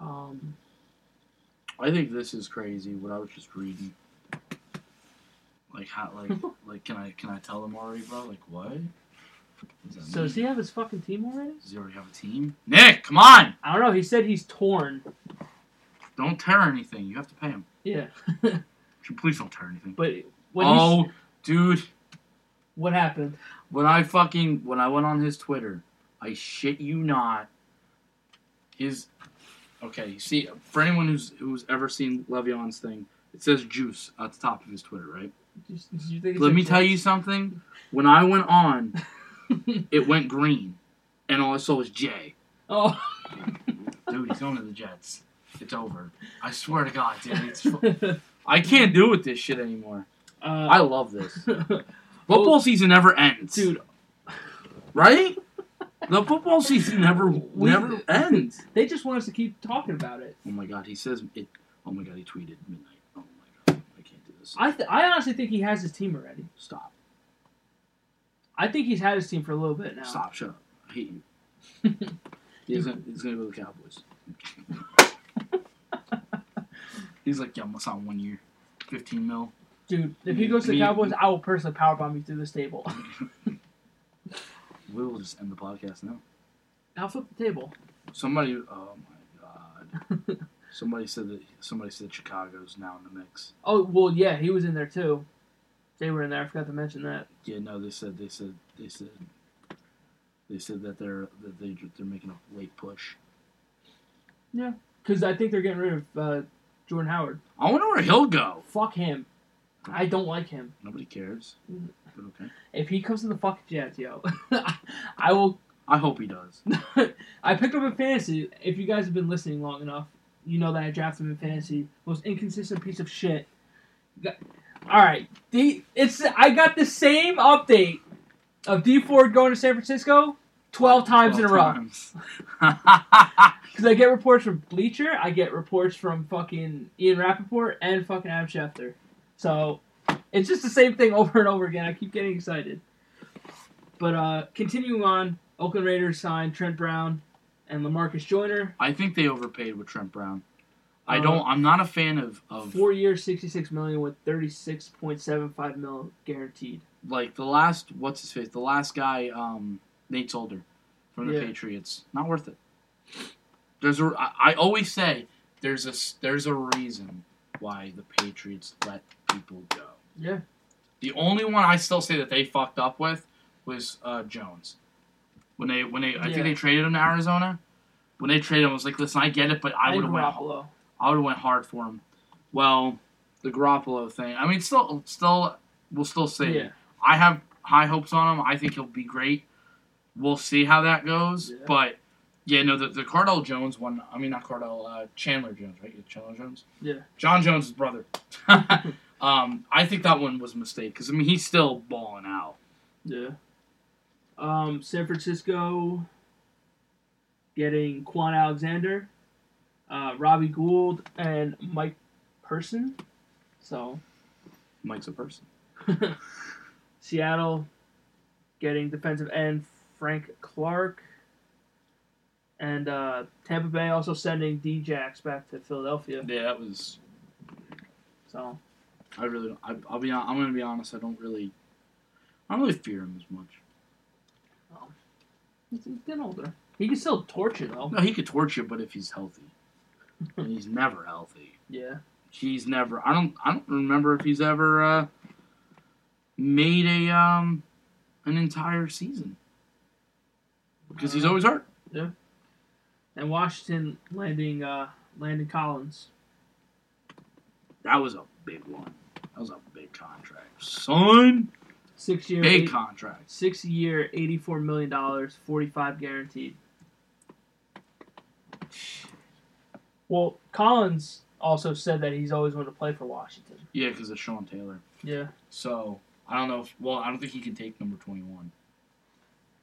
Um,
I think this is crazy. What I was just reading. Like how? Like
[laughs]
like can I can I tell them already, bro? Like what? what does that
so
mean?
does he have his fucking team already?
Does he already have a team? Nick, come on!
I don't know. He said he's torn.
Don't tear anything. You have to pay him.
Yeah,
Please don't tear anything.
but when
oh,
he's,
dude,
what happened?
when I fucking when I went on his Twitter, I shit you not. His okay. See, for anyone who's who's ever seen Le'Veon's thing, it says juice at the top of his Twitter, right?
Did you- did you think he
Let
said
me tell
torn?
you something. When I went on, it went green, and all I saw was Jay.
[laughs] Oh,
Dude, he's going to the Jets. It's over. I swear to God, dude. It's fu- I can't do with this shit anymore. I
[laughs] uh,
love
[laughs]
this. Football season never ends,
dude.
Right? The football season never
We-
never ends.
They just want us to keep talking about it.
Oh my God, he says it. Oh my God, he tweeted midnight. Oh my God, I can't do this.
I th- I honestly think he has his team already.
Stop.
I think he's had his team for a little bit now.
Stop. Shut up. I hate you. he's, gonna, he's gonna go to the Cowboys. he's like, yeah, I'm gonna sign one year, fifteen mil.
Dude, if he goes to the
Me-
Cowboys, I will personally powerbomb you through this table. [laughs]
We will just end the podcast now.
I'll flip the table.
Somebody, oh my god. somebody said that somebody said Chicago's now in the mix.
Oh well, yeah, he was in there too. They were in there. I forgot to mention that.
Yeah, no, they said they said they said they said that they're that they they're making a late push.
Because I think they're getting rid of uh, Jordan Howard.
I wonder where he'll go.
Fuck him. I don't like him.
Nobody cares. But okay.
If he comes to the fucking Jets, yo, [laughs] I will.
I hope he does.
[laughs] I picked him in fantasy. If you guys have been listening long enough, you know that I drafted him in fantasy. Most inconsistent piece of shit. Got- All right, D. It's I got the same update of D Ford going to San Francisco twelve times in a row.
row.
Because I get reports from Bleacher, I get reports from fucking Ian Rappaport and fucking Adam Schefter. So it's just the same thing [laughs] over and over again. I keep getting excited. But uh continuing on, Oakland Raiders signed Trent Brown and Lamarcus Joyner.
[laughs] I think they overpaid with Trent Brown. I
Uh,
don't. I'm not a fan of of
Four years, sixty-six million, with thirty-six point seven five mil guaranteed.
like the last what's his face the last guy um Nate Solder from the
Yeah.
Patriots not worth it. There's a I, I always say there's a s- there's a reason why the Patriots let people go.
Yeah.
The only one I still say that they fucked up with was uh, Jones when they when they I
Yeah.
think they traded him to Arizona. When they traded him, I was like, listen, I get it, but I
And
would have went
Garoppolo.
I would have went hard for him. Well, the Garoppolo thing. I mean, still, still, we'll still see.
Yeah.
I have high hopes on him. I think he'll be great. We'll see how that goes.
Yeah.
But yeah, no, the, the Cardell Jones one. I mean, not Cardell. Uh, Chandler Jones, right? Yeah, Chandler Jones.
Yeah.
John Jones'
[laughs]
brother. um, I think that one was a mistake because I mean he's still balling out.
Yeah. Um, San Francisco getting Quan Alexander, uh, Robbie Gould, and Mike Person. So
Mike's a person.
Seattle getting defensive end Frank Clark. And uh, Tampa Bay also sending D-Jacks back to Philadelphia.
Yeah, that was.
So
I really. Don't, I, I'll be. hon- I'm gonna be honest. I don't really. I don't really fear him as much.
he's, he's getting older. He can still torture though.
No, he could torture, but if he's healthy, and he's never healthy.
Yeah.
He's never. I don't. I don't remember if he's ever uh, made a um an entire season because he's always hurt.
And Washington landing uh, Landon Collins.
That was a big one. That was a big contract, son.
Six year
Big contract.
six year eighty four million dollars, forty five guaranteed. Well, Collins also said that he's always wanted to play for Washington.
Yeah, because it's Sean Taylor.
Yeah,
So I don't know. If, well, I don't think he can take number twenty-one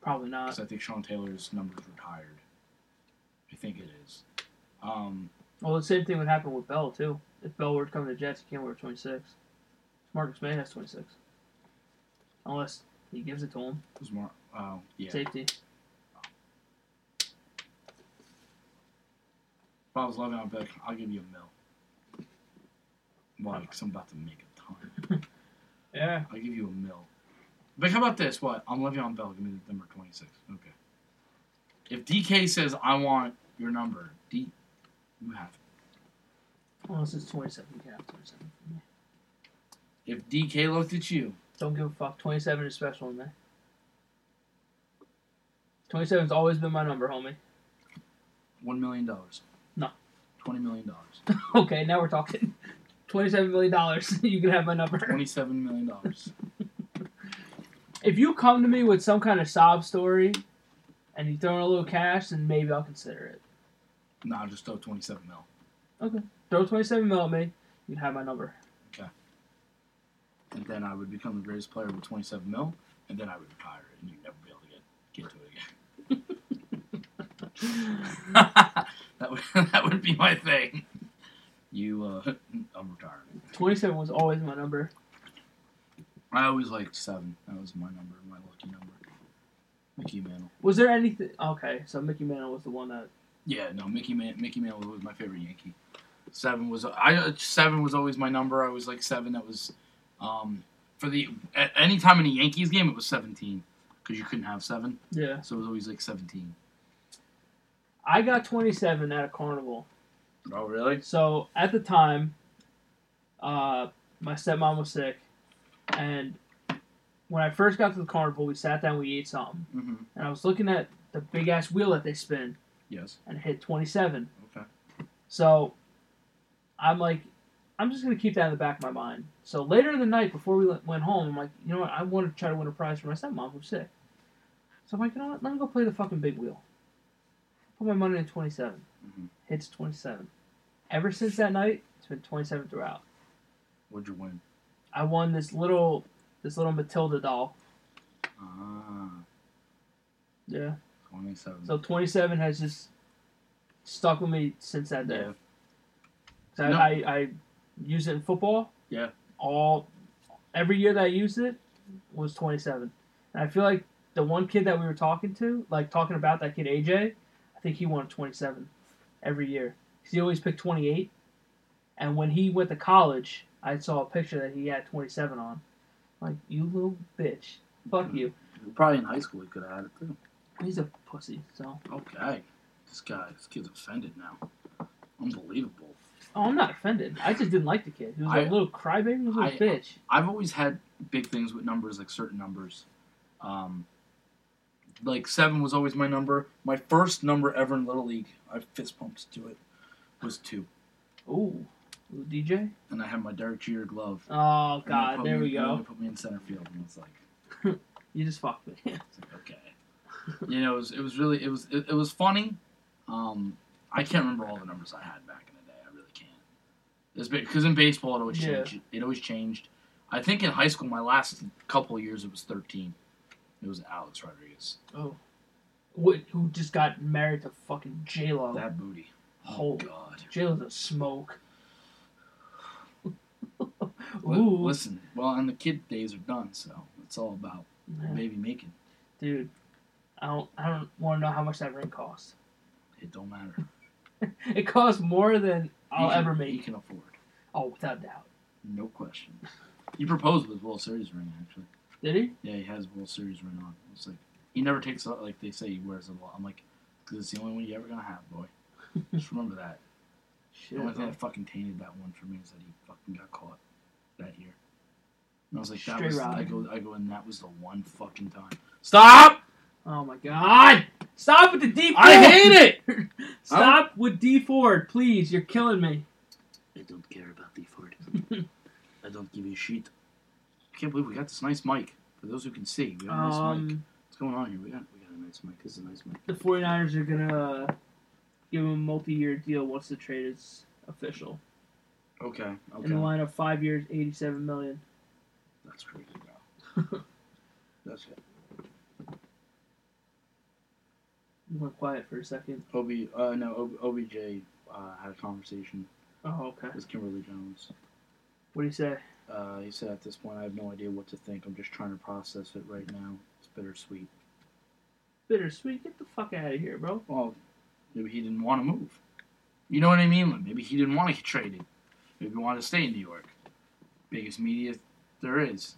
probably not.
because I think Sean Taylor's number is retired. I think it is. Um,
Well, the same thing would happen with Bell too. If Bell were to come to the Jets, he can't wear twenty six. Marcus May has twenty six, unless he gives it to him.
it was more. Oh, yeah.
Safety.
If I was loving, I'd be like, I'll give you a mil. Why? Because I'm about to make a ton.
Yeah.
I'll give you a mil. But how about this? What? I'm Le'Veon Bell. Give me the number 26. Okay. If DK says, I want your number, D, you have it.
Unless it's twenty seven, you can have twenty seven.
If DK looked at you,
Don't give a fuck. 27 is special in there. 27's always been my number, homie.
$1 million.
No.
$20 million.
Okay, now we're talking. [laughs] $27 million. [laughs] you can have my number.
$27 million.
If you come to me with some kind of sob story and you throw in a little cash, then maybe I'll consider it.
no, I'll just throw 27 mil.
Throw 27 mil at me, you can have my number.
And then I would become the greatest player with 27 mil, and then I would retire, and you'd never be able to get, get to it again. [laughs] that would that would be my thing. You, uh, [laughs] I'm retiring.
27 was always my number.
I always liked seven. That was my number, my lucky number. Mickey Mantle.
Was there anything. Okay, so Mickey Mantle was the one that.
Yeah, no, Mickey Man, Mickey Mantle was my favorite Yankee. Seven was I. uh, Seven was always my number. I always liked seven. That was, um, for the at any time in a Yankees game, it was seventeen because you couldn't have seven,
Yeah.
so it was always like seventeen.
I got 27 at a carnival.
Oh, really?
So at the time, uh, my stepmom was sick, and when I first got to the carnival, we sat down, we ate something,
Mm-hmm.
and I was looking at the big ass wheel that they spin,
Yes.
and it hit 27.
Okay.
So I'm like, I'm just gonna keep that in the back of my mind. So later in the night, before we le- went home, I'm like, you know what? I want to try to win a prize for my stepmom who's sick. So I'm like, you know what? Let me go play the fucking big wheel. Put my money in 27.
Mhm.
Hits 27. Ever since that night, it's been 27 throughout.
What'd you win?
I won this little this little Matilda doll.
Ah,
Yeah.
twenty-seven.
So 27 has just stuck with me since that day.
yeah.
'Cause I,
No.
I, I use it in football.
Yeah.
All every year that I used it was 27. And I feel like the one kid that we were talking to, like talking about that kid AJ, I think he won 27 every year. 'Cause he always picked 28. And when he went to college, I saw a picture that he had 27 on. Like you little bitch,
Mm-hmm.
fuck you.
Probably in high school he could have had it too.
He's a pussy. So
Okay. This guy, this kid's offended now. Unbelievable.
oh, I'm not offended. I just didn't like the kid. He was
I-
a little crybaby, little
I-
bitch.
I've always had big things with numbers, like certain numbers. Um, like seven was always my number. My first number ever in Little League, I fist pumped to it, was two.
Ooh, Ooh, DJ.
And I had my Derek Jeter glove.
Oh
And they
god,
put
there
me-
we
and They
go.
put me in center field, and it's like,
You just fucked me.
It's like, okay. You know, it was, it was really it was it, it was funny. Um, I can't remember all the numbers I had back in the day. I really can't. It's because in baseball it always
Yeah.
changed. It always changed. I think in high school, my last couple of years, it was thirteen. It was Alex Rodriguez.
Oh. Wh- Who just got married to fucking J-Lo.
That booty. Oh,
Holy
God.
J-Lo's
[laughs]
a smoke.
Li-
Ooh.
Listen, well, and the kid days are done, so it's all about
Yeah.
baby making.
Dude, I don't, I don't want to know how much that ring cost.
It don't matter.
It costs more than I'll
He can-
ever
He
make.
can afford.
Oh, without doubt.
No question. He proposed with World Series ring actually.
Did he?
Yeah, he has World Series ring on. It's like he never takes it. Like they say, he wears it a lot. I'm like, because it's the only one you ever gonna have,
[laughs]
boy. Just remember that.
Shit.
The only thing
bro.
that fucking tainted that one for me is that he fucking got caught that year. And I was like, that
Straight
was.
rod.
I go, I go, and that was the one fucking time. Stop!
Oh my god! Stop with the D Ford!
I hate
it! [laughs] Stop with D Ford, please. You're killing me.
I don't care about the
[laughs]
Ford. I don't give a shit. I can't believe we got this nice mic. For those who can see, we got a nice mic.
Um,
What's going on here? We got we got a nice mic. This is a nice mic.
the 49ers are going to give him a multi year deal once the trade is official.
Okay.
In the
Okay.
line of five years, 87 million.
That's crazy, bro.
[laughs]
That's it.
You went quiet for a second.
Obi, uh, no, Ob- OBJ uh, had a conversation
Oh, okay.
with Kimberly Jones.
What do you say?
Uh, he said at this point, I have no idea what to think. I'm just trying to process it right now. It's bittersweet.
Bittersweet. Get the fuck out of here, bro.
Well, maybe he didn't want to move. You know what I mean? Like, maybe he didn't want to get traded. Maybe he wanted to stay in New York. Biggest media there is.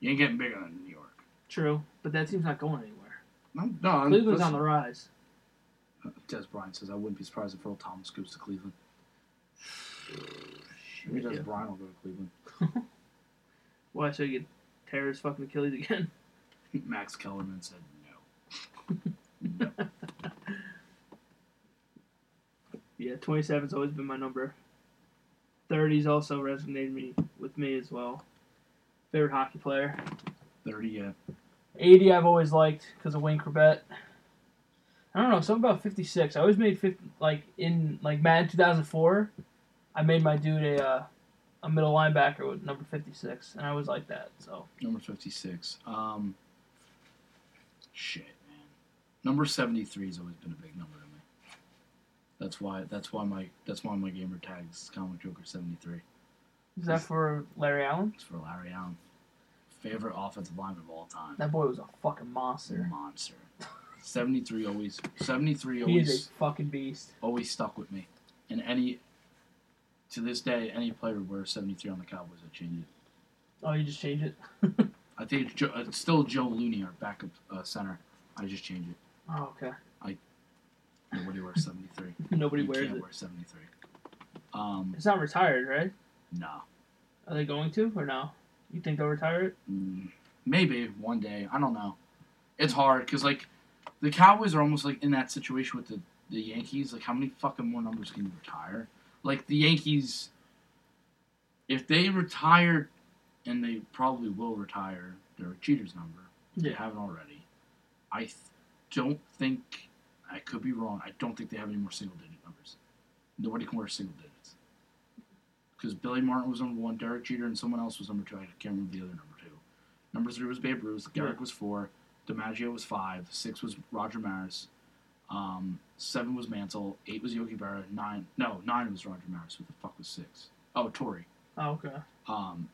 You ain't getting bigger than New York.
True, but that team's not going anywhere.
No, no I'm-
Cleveland's on
Um, listen,
the rise.
Des Bryant says I wouldn't be surprised if Earl Thomas goes to Cleveland. Maybe Des Bryant will go to Cleveland. [laughs]
Why? So you can tear his fucking Achilles again? [laughs]
Max Kellerman said no.
Yeah, 27's always been my number. 30's also resonated me with me as well. Favorite hockey player.
30, uh,
80 I've always liked because of Wayne Corbett. I don't know, something about 56. I always made 50, like in like Madden 2004. I made my dude a uh, a middle linebacker with number 56, and I always like that. So
number 56. Um, shit, man. Number 73 has always been a big number to me. That's why, that's why my, that's why my gamer tags Comic Joker 73.
is that for Larry Allen?
It's for Larry Allen. Favorite offensive lineman of all time.
That boy was a fucking monster.
Monster. 73 always, 73
He
always.
is a fucking beast.
always stuck with me. And any to this day, any player who wears 73 on the Cowboys, I change it.
Oh, you just change it.
I think it's, Joe, it's still Joe Looney, our backup uh, center. I just change it.
Oh, okay. [laughs]
Nobody wears 73.
Nobody
you
wears
can't
it.
wear 73. Um,
It's not retired, right?
no.
Are they going to or no? You think they'll retire it?
Mm, maybe one day. I don't know. It's hard because like the Cowboys are almost like in that situation with the the Yankees. Like how many fucking more numbers can you retire? Like the Yankees, if they retired, and they probably will retire their cheaters number. if They haven't already. I th- don't think. I could be wrong. I don't think they have any more single digit numbers. Nobody can wear single digits. Because Billy Martin was number one, Derek Jeter, and someone else was number two. I can't remember the other number two. Number three was Babe Ruth. Garrick was four. DiMaggio was five. Six was Roger Maris. Um, seven was Mantle. Eight was Yogi Berra. Nine, no, nine was Roger Maris. What the fuck was six? Oh, Tori.
Oh, okay.
Um,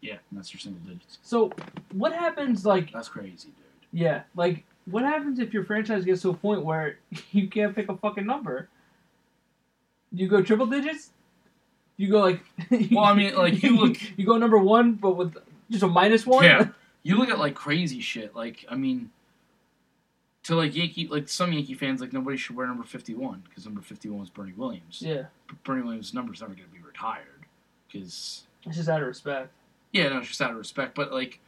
yeah, and that's your single digits.
So, what happens like
That's crazy, dude.
Yeah, like what happens if your franchise gets to a point where [laughs] you can't pick a fucking number? You go triple digits? You go like [laughs]
Well, I mean, like, you look-
you go number one, but with just a minus one.
Yeah. [laughs] You look at like crazy shit. Like, I mean, to like Yankee, like some Yankee fans, like nobody should wear number fifty-one because number fifty-one was Bernie Williams.
[laughs] yeah,
But Bernie Williams' number's never going to be retired because
it's just out of respect.
Yeah, no, it's just out of respect. But like,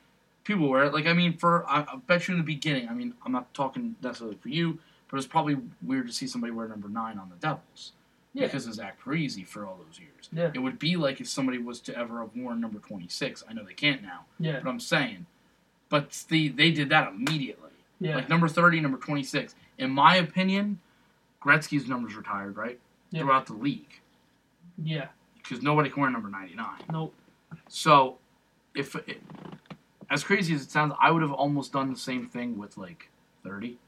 people wear it. Like, I mean, for I, I bet you in the beginning. I mean, I'm not talking necessarily for you, but it's probably weird to see somebody wear number nine on the Devils.
Yeah.
Because of Zach Parisi for all those years.
Yeah.
It would be like if somebody was to ever have worn number 26. I know they can't now,
Yeah,
but I'm saying, but the, they did that immediately.
yeah,
Like number 30, number 26. In my opinion, Gretzky's number's retired, right?
Yeah.
Throughout the league.
yeah.
Because nobody can wear number 99.
Nope.
So, if as crazy as it sounds, I would have almost done the same thing with like thirty.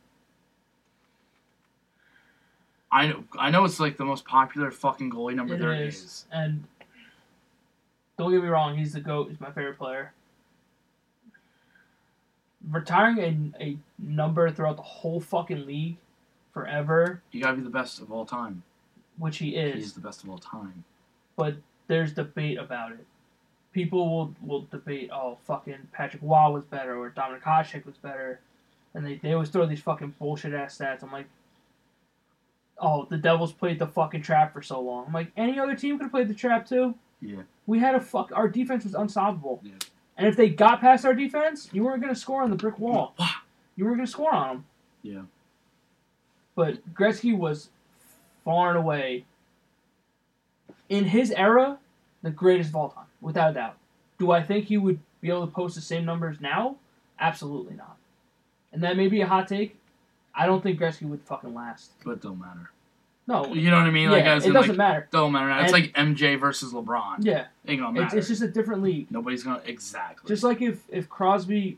I know, I know it's like the most popular fucking goalie number
It
thirty
is,
is.
and don't get me wrong, he's the goat. He's my favorite player. Retiring a, a number throughout the whole fucking league forever,
You gotta be the best of all time.
which he
He's
is,
the best of all time.
but there's debate about it. People will will debate, oh fucking Patrick Waugh was better or Dominic Hasek was better, and they they always throw these fucking bullshit ass stats. I'm like. Oh, the Devils played the fucking trap for so long. I'm like, any other team could have played the trap too.
Yeah.
We had a fuck. Our defense was unstoppable.
Yeah.
And if they got past our defense, you weren't going to score on the brick wall. You weren't going to score on them.
Yeah.
But Gretzky was far and away, in his era, the greatest of all time, without a doubt. Do I think he would be able to post the same numbers now? Absolutely not. And that may be a hot take. I don't think Gretzky would fucking last.
But it don't matter.
No.
You know what I mean? Like
Yeah,
as
it
in,
doesn't
like,
matter.
Don't matter. It's
And-
like MJ versus LeBron.
Yeah.
Ain't gonna
It's,
matter.
it's just a different league.
Nobody's gonna exactly.
Just like if, if Crosby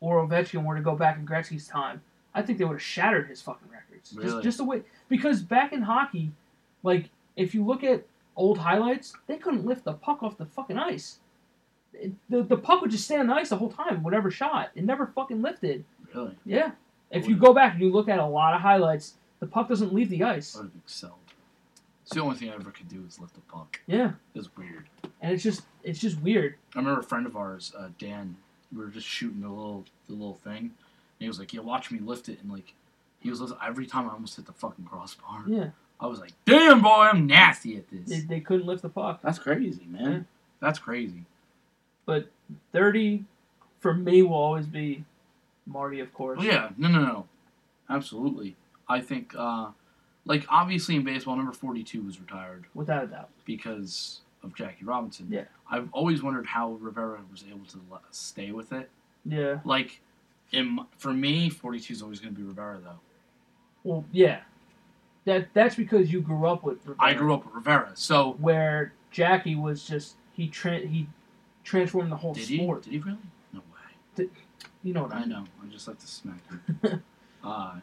or Ovechkin were to go back in Gretzky's time, I think they would have shattered his fucking records.
Really?
Just, just the way because back in hockey, like if you look at old highlights, they couldn't lift the puck off the fucking ice. It- the the puck would just stay on the ice the whole time, whatever shot. It never fucking lifted.
really.
Yeah. If you
Would've-
go back and you look at a lot of highlights, the puck doesn't leave the
I
ice.
would have excelled. It's the only thing I ever could do is lift the puck.
Yeah,
It's weird.
and it's just it's just weird.
I remember a friend of ours, uh, Dan. We were just shooting the little the little thing, and he was like, "Yeah, watch me lift it." And like, he was lift- every time I almost hit the fucking crossbar.
Yeah,
I was like, "Damn boy, I'm nasty at this."
they, they couldn't lift the puck.
That's crazy, man. That's crazy.
But 30 for me will always be Marty, of course.
Well, Oh, yeah, no, no, no, absolutely. I think, uh, like, obviously in baseball, number forty-two was retired
Without a doubt.
because of Jackie Robinson.
Yeah.
I've always wondered how Rivera was able to le- stay with it.
Yeah.
Like, in, my- for me, forty-two is always going to be Rivera, though.
Well, yeah. That that's because you grew up with Rivera,
I grew up with Rivera, so
where Jackie was just he tra- he transformed the whole
did he?
sport.
Did he really? No way.
You know what I
I
mean?
know. I just like to smack
[laughs]
you. uh,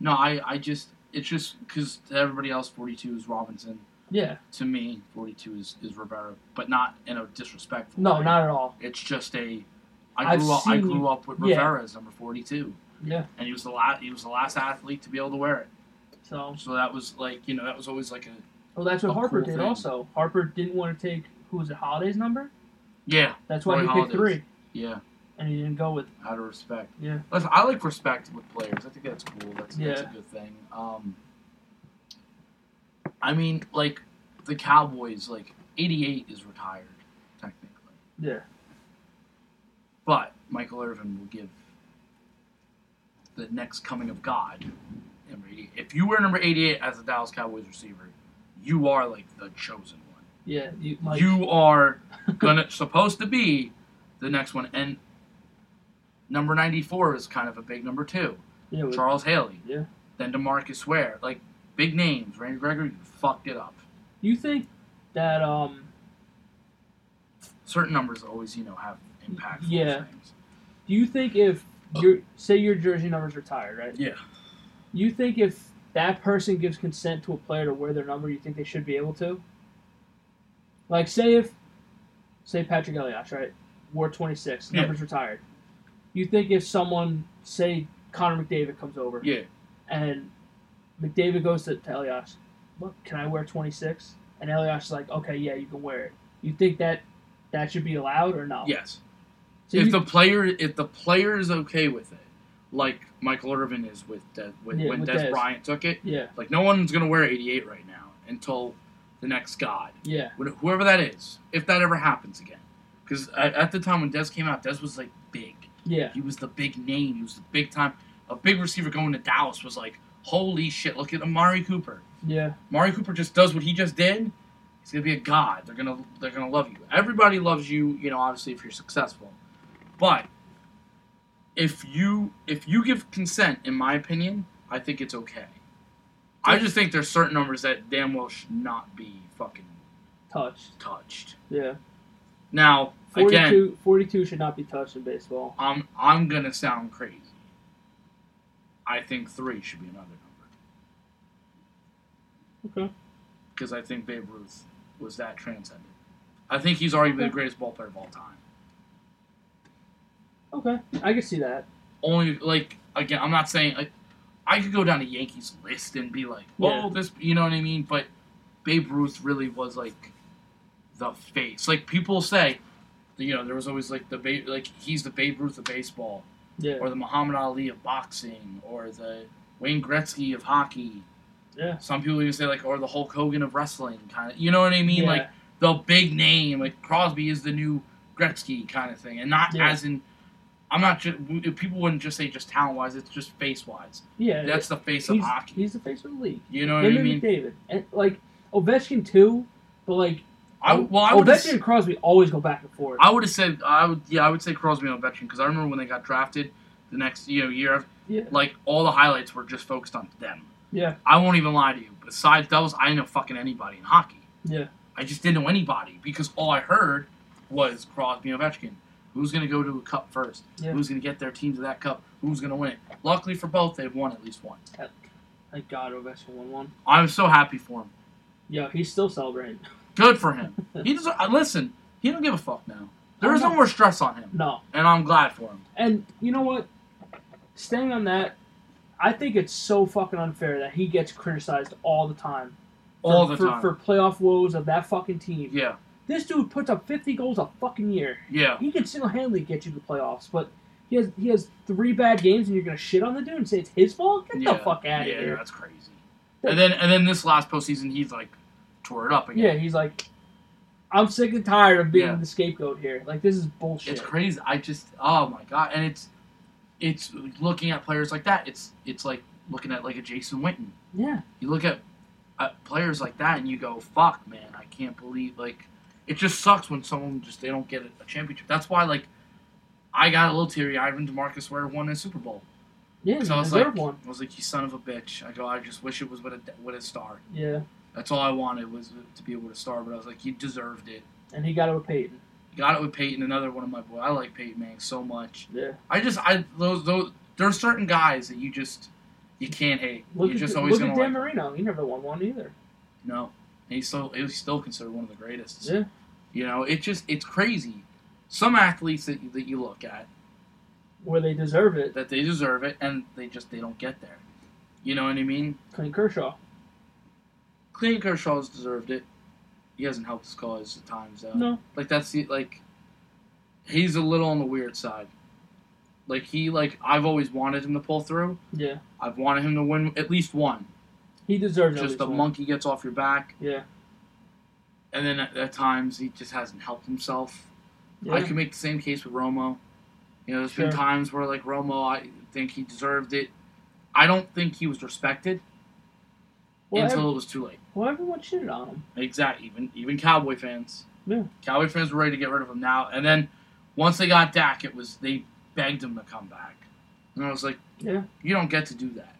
no, I, I just it's just because to everybody else, forty-two is Robinson.
Yeah.
To me, forty-two is is Rivera, but not in a disrespectful.
No,
way.
not at all.
It's just a. I
I've
grew up. I
seen
grew
you-
up with
yeah.
Rivera as number forty-two,
Yeah.
and he was the last. He was the last athlete to be able to wear it.
So
So that was like you know that was always like a
well, that's what
A
Harper
cool
did
thing.
also. Harper didn't want to take who was it Holiday's number.
yeah
That's why
Roy
he picked
Holiday's.
three,
yeah
and he didn't go with
out of respect.
yeah.
Listen, I like respect with players. I think that's cool. That's, that's a
Yeah.
good thing. Um, I mean, like the Cowboys, like '88 is retired technically,
Yeah.
but Michael Irvin will give the next coming of God. Number 88. If you were number 88 as a Dallas Cowboys receiver, you are like the chosen one.
Yeah. You like
you are gonna [laughs] supposed to be the next one, and number 94 is kind of a big number too.
yeah, with-
Charles Haley.
Yeah.
Then DeMarcus Ware. Like, big names. Randy Gregory, you fucked it up.
you think that um
Certain numbers always, you know, have impactful
Yeah.
things.
Do you think if your say your jersey number's retired, right?
Yeah.
You think if that person gives consent to a player to wear their number, you think they should be able to? Like say if say Patrick Elias, right? Wore twenty six,
Yeah.
number's retired. You think if someone say Connor McDavid comes over
Yeah.
and McDavid goes to, to Elias, look, can I wear twenty six? And Elias is like, Okay, yeah, you can wear it. You think that that should be allowed or no?
Yes.
Oh. So
if
you-
the player if the player is okay with it, like Michael Irvin is with De- with
Yeah,
when
with
Des
Dez.
Bryant took it,
yeah,
like no one's gonna wear 88 right now until the next god,
yeah.
When- whoever that is, if that ever happens again. Because at, at the time when Des came out, Des was like big.
Yeah.
He was the big name. He was the big time. A big receiver going to Dallas was like, holy shit, look at Amari Cooper.
Yeah.
Amari Cooper just does what he just did. He's gonna be a god. They're gonna they're gonna love you. Everybody loves you, you know, obviously if you're successful. But if you if you give consent, in my opinion, I think it's okay. I just think there's certain numbers that damn well should not be fucking
Touched.
touched.
Yeah.
Now,
42,
Again,
42 should not be touched in baseball.
I'm I'm gonna sound crazy. I think three should be another number
Okay.
because I think Babe Ruth was that transcendent. I think he's arguably the greatest ball player of all time.
Okay. I can see that.
Only like again, I'm not saying like I could go down a Yankees list and be like, oh,
Yeah.
this, you know what I mean? But Babe Ruth really was like the face. Like people say, you know, there was always like the Babe, like he's the Babe Ruth of baseball.
Yeah.
or the Muhammad Ali of boxing, or the Wayne Gretzky of hockey.
Yeah.
Some people even say like, or the Hulk Hogan of wrestling, kind of. You know what I mean?
Yeah.
Like the big name, like Crosby is the new Gretzky kind of thing, and not
Yeah.
as in. I'm not. Ju- people wouldn't just say just talent wise. It's just face wise.
yeah.
That's the face of
he's,
hockey.
he's the face of the league.
You know what
Him
I
and
mean?
McDavid. And, like, Ovechkin, too, but, like,
I, well, I would.
Ovechkin
have-
and Crosby always go back and forth.
I would have said. I would. Yeah, I would say Crosby and Ovechkin because I remember when they got drafted. The next you know year,
yeah.
like all the highlights were just focused on them.
Yeah.
I won't even lie to you. Besides those, I didn't know fucking anybody in hockey.
Yeah.
I just didn't know anybody because all I heard was Crosby and Ovechkin. Who's going to go to a cup first?
Yeah.
Who's going to get their team to that cup? Who's going to win it? Luckily for both, they've won at least one.
Thank God Ovechkin won one.
I'm so happy for him.
Yo, he's still celebrating. [laughs]
Good for him. he doesn't. Listen, he don't give a fuck now. There
I'm
is no
not-
more stress on him,
No.
and I'm glad for him.
And you know what? Staying on that, I think it's so fucking unfair that he gets criticized all the time. For,
All the
for,
time.
For playoff woes of that fucking team.
Yeah,
This dude puts up 50 goals a fucking year.
yeah.
He can single handedly get you to the playoffs, but he has he has three bad games and you're going to shit on the dude and say it's his fault? Get
yeah,
the fuck out of
yeah,
here.
that's crazy. And then, and then this last postseason, he's like tore it up again.
Yeah, he's like, I'm sick and tired of being
Yeah.
the scapegoat here. Like, this is bullshit.
It's crazy. I just oh my god, and it's it's looking at players like that. It's it's like looking at like a Jason Witten.
Yeah.
You look at, at players like that and you go, "Fuck, man, I can't believe." Like, it just sucks when someone just they don't get a, a championship. That's why like I got a little teary eyed when Demarcus Ware won a Super Bowl.
Yeah,
Because
he
I was
deserved
like,
one.
I was like, "You son of a bitch!" I go, "I just wish it was with a with a star."
Yeah.
That's all I wanted was to be able to star. But I was like, "You deserved it."
And he got it with Peyton.
Got it with Peyton, another one of my boys. I like Peyton Manning so much.
Yeah.
I just I those those there's certain guys that you just you can't hate.
Look
You're
at,
just
Dan-
always
look
gonna
at Dan
like
Marino. He never won one either.
no. He's still he's still considered one of the greatest.
Yeah.
You know, it just it's crazy. Some athletes that you, that you look at
Where they deserve it.
that they deserve it and they just they don't get there. You know what I mean?
Clint Kershaw.
Clayton Kershaw's deserved it. He hasn't helped his cause at times though.
No.
Like that's the like he's a little on the weird side. Like he like I've always wanted him to pull through.
Yeah.
I've wanted him to win at least one.
He deserves at
just
least
the
one.
monkey gets off your back,
Yeah.
and then at, at times he just hasn't helped himself.
yeah.
I can make the same case with Romo. You know, there's
Sure.
been times where like Romo, I think he deserved it. I don't think he was respected
well, ev-
until it was too late.
well, everyone shitted on him.
Exactly. Even even Cowboy fans.
Yeah.
Cowboy fans were ready to get rid of him now, and then once they got Dak, it was they begged him to come back, and I was like,
Yeah.
you don't get to do that.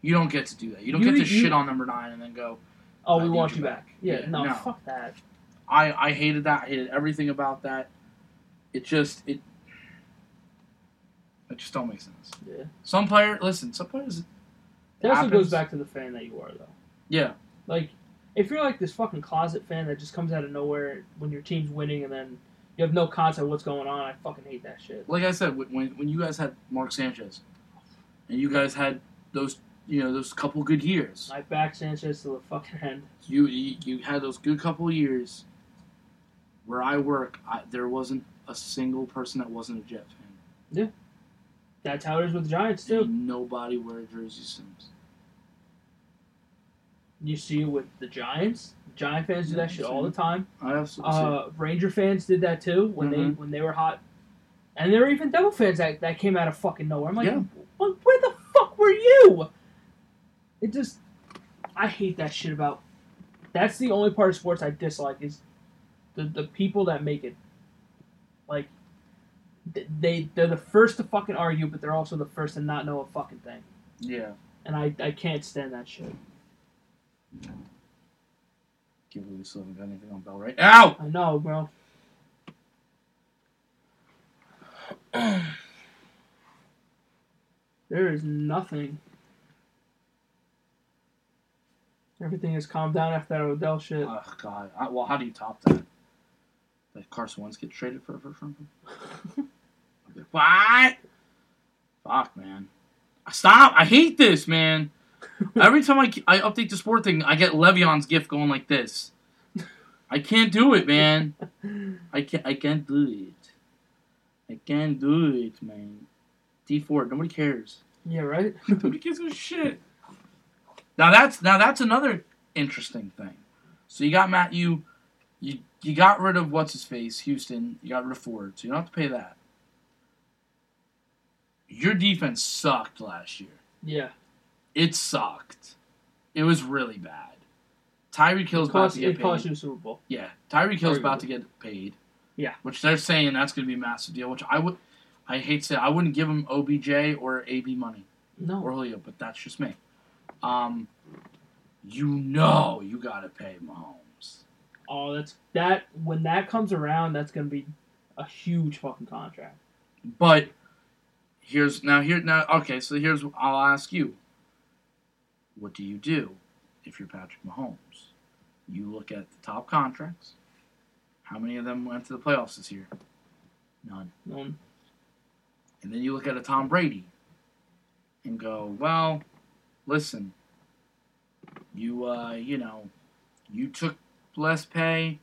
You don't get to do that. You don't
You-
get to
you-
shit on number nine and then go,
Oh,
I
we
need
want
you
you back.
back.
Yeah,
Yeah,
no,
no.
fuck that.
I I hated that. I hated everything about that. It just it it just don't make sense.
Yeah.
Some player, listen, some players,
That also
happens.
goes back to the fan that you are, though.
yeah,
Like, if you're like this fucking closet fan that just comes out of nowhere when your team's winning and then you have no concept of what's going on, I fucking hate that shit.
like I said, when- when when you guys had Mark Sanchez, and you guys had those you know those couple good years,
I back Sanchez to the fucking end.
you you, you had those good couple years. Where I work, I, there wasn't a single person that wasn't a Jet fan.
That's how it is with the Giants, too.
And nobody wear jersey sims.
You see it with the Giants. Giant fans do that shit all the time.
I absolutely see it.
Uh, Ranger fans did that too when they
Mhm.
when they were hot, and there were even Devil fans that, that came out of fucking nowhere. I'm like,
Yeah.
"Well, where the fuck were you? It just, I hate that shit about. That's the only part of sports I dislike is the the people that make it. Like, th- they they're the first to fucking argue, but they're also the first to not know a fucking thing,
yeah,
and I I can't stand that shit.
can't believe we still haven't got anything on Bell right. Ow!
I know, bro. [clears throat] There is nothing. Everything has calmed down after that Odell shit.
Oh God. I, well, how do you top that? Like Carson Wentz gets traded for for something. like, what? Fuck, man. Stop! I hate this, man. Every time I, I update the sport thing, I get Le'Veon's gift going like this. I can't do it, man. I can't. I can't do it. I can't do it, man. D Ford, nobody cares.
Yeah, right?
Nobody gives a shit. Now that's now that's another interesting thing. So you got Matt, you you you got rid of what's his face, Houston. You got rid of Ford, so you don't have to pay that. Your defense sucked last year.
yeah.
It sucked. It was really bad. Tyreek Hill's
It
about
cost,
to get
it
paid.
cost you a Super Bowl.
Yeah, Tyreek Hill's
Arguably.
about to get paid.
Yeah.
which they're saying that's going to be a massive deal. Which I would, I hate to say, I wouldn't give him OBJ or AB money or
No.
Julio, but that's just me. Um, you know you got to pay Mahomes.
Oh, that's that. When that comes around, that's gonna be a huge fucking contract.
But here's now here now okay, so here's I'll ask you. What do you do if you're Patrick Mahomes? You look at the top contracts. How many of them went to the playoffs this year? None.
Um,
And then you look at a Tom Brady and go, well, listen, you uh, you know, you took less pay.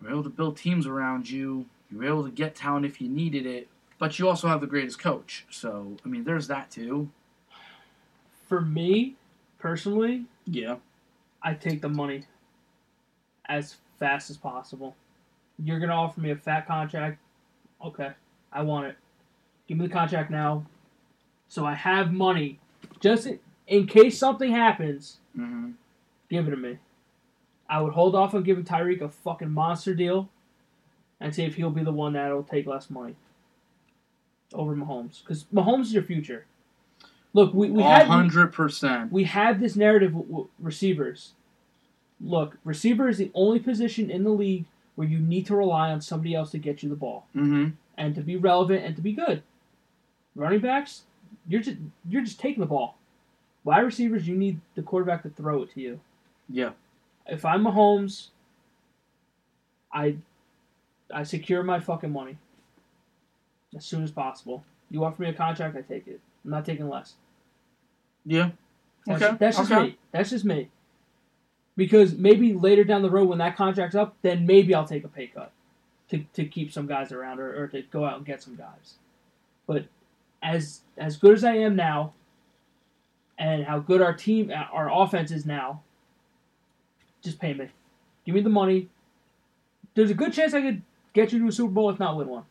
You were able to build teams around you. You were able to get talent if you needed it. But you also have the greatest coach. So I mean, there's that too.
for me, personally,
Yeah.
I take the money as fast as possible. You're gonna offer me a fat contract. Okay, I want it. Give me the contract now, so I have money, just in, in case something happens.
hmm
Give it to me. I would hold off on giving Tyreek a fucking monster deal, and see if he'll be the one that'll take less money over Mahomes, because Mahomes is your future. Look, we we had
hundred percent.
we had this narrative w- w- receivers. Look, receiver is the only position in the league where you need to rely on somebody else to get you the ball
Mm-hmm.
and to be relevant and to be good. Running backs, you're just you're just taking the ball. Wide receivers, you need the quarterback to throw it to you.
Yeah.
If I'm Mahomes, I I secure my fucking money as soon as possible. You offer me a contract, I take it. I'm not taking less.
Yeah.
That's,
okay.
that's just
okay.
me. That's just me. Because maybe later down the road when that contract's up, then maybe I'll take a pay cut to, to keep some guys around or, or to go out and get some guys. But as as good as I am now, and how good our team uh, our offense is now, just pay me. Give me the money. There's a good chance I could get you to a Super Bowl if not win one.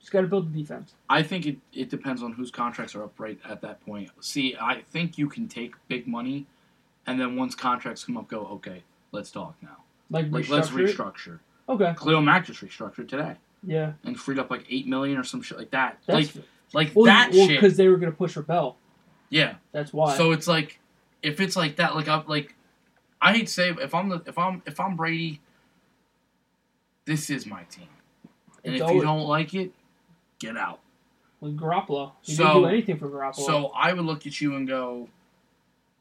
Just got to build the defense.
I think it, it depends on whose contracts are up right at that point. See, I think you can take big money, and then once contracts come up, go okay, let's talk now.
Like,
Like
restructure.
let's
it.
restructure.
Okay.
Cleo Mack just restructured today
Yeah.
and freed up like eight million or some shit like that.
That's
like like
well,
that
because
shit.
they were gonna push Rebel.
Yeah.
That's why.
So it's like, if it's like that, like I'm like, I hate to say, it, if I'm the if I'm if I'm Brady, this is my team, and
It's
if you
always-
don't like it, get out.
with Garoppolo, he
So-
didn't do anything for Garoppolo.
So I would look at you and go,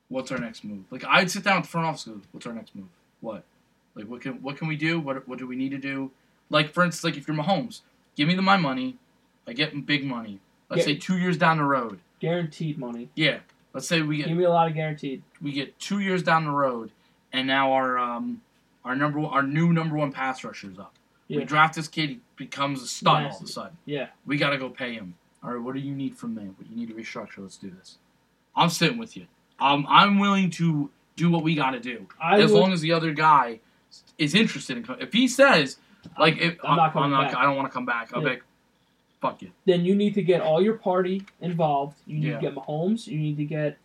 "What's our next move?" Like I'd sit down at the front office, and go, "What's our next move? What? Like what can what can we do? What what do we need to do? Like for instance, like if you're Mahomes, give me the my money, I get big money. Let's
Yeah.
say two years down the road,
guaranteed money.
yeah. Let's say we get
Give me a lot of guaranteed.
we get two years down the road, and now our um our number our new number one pass rusher is up. We
Yeah.
draft this kid, he becomes a stud all of a
Massive.
sudden.
Yeah.
We gotta go pay him. All right, what do you need from me? What do you need to restructure? Let's do this. I'm sitting with you. Um, I'm willing to do what we gotta do
I
as
would-
long as the other guy is interested in. co- If he says like, if,
I'm not coming back.
I don't want to come back. I'll be
Yeah.
like, fuck you.
Then you need to get all your party involved. You need
Yeah.
to get Mahomes. You need to get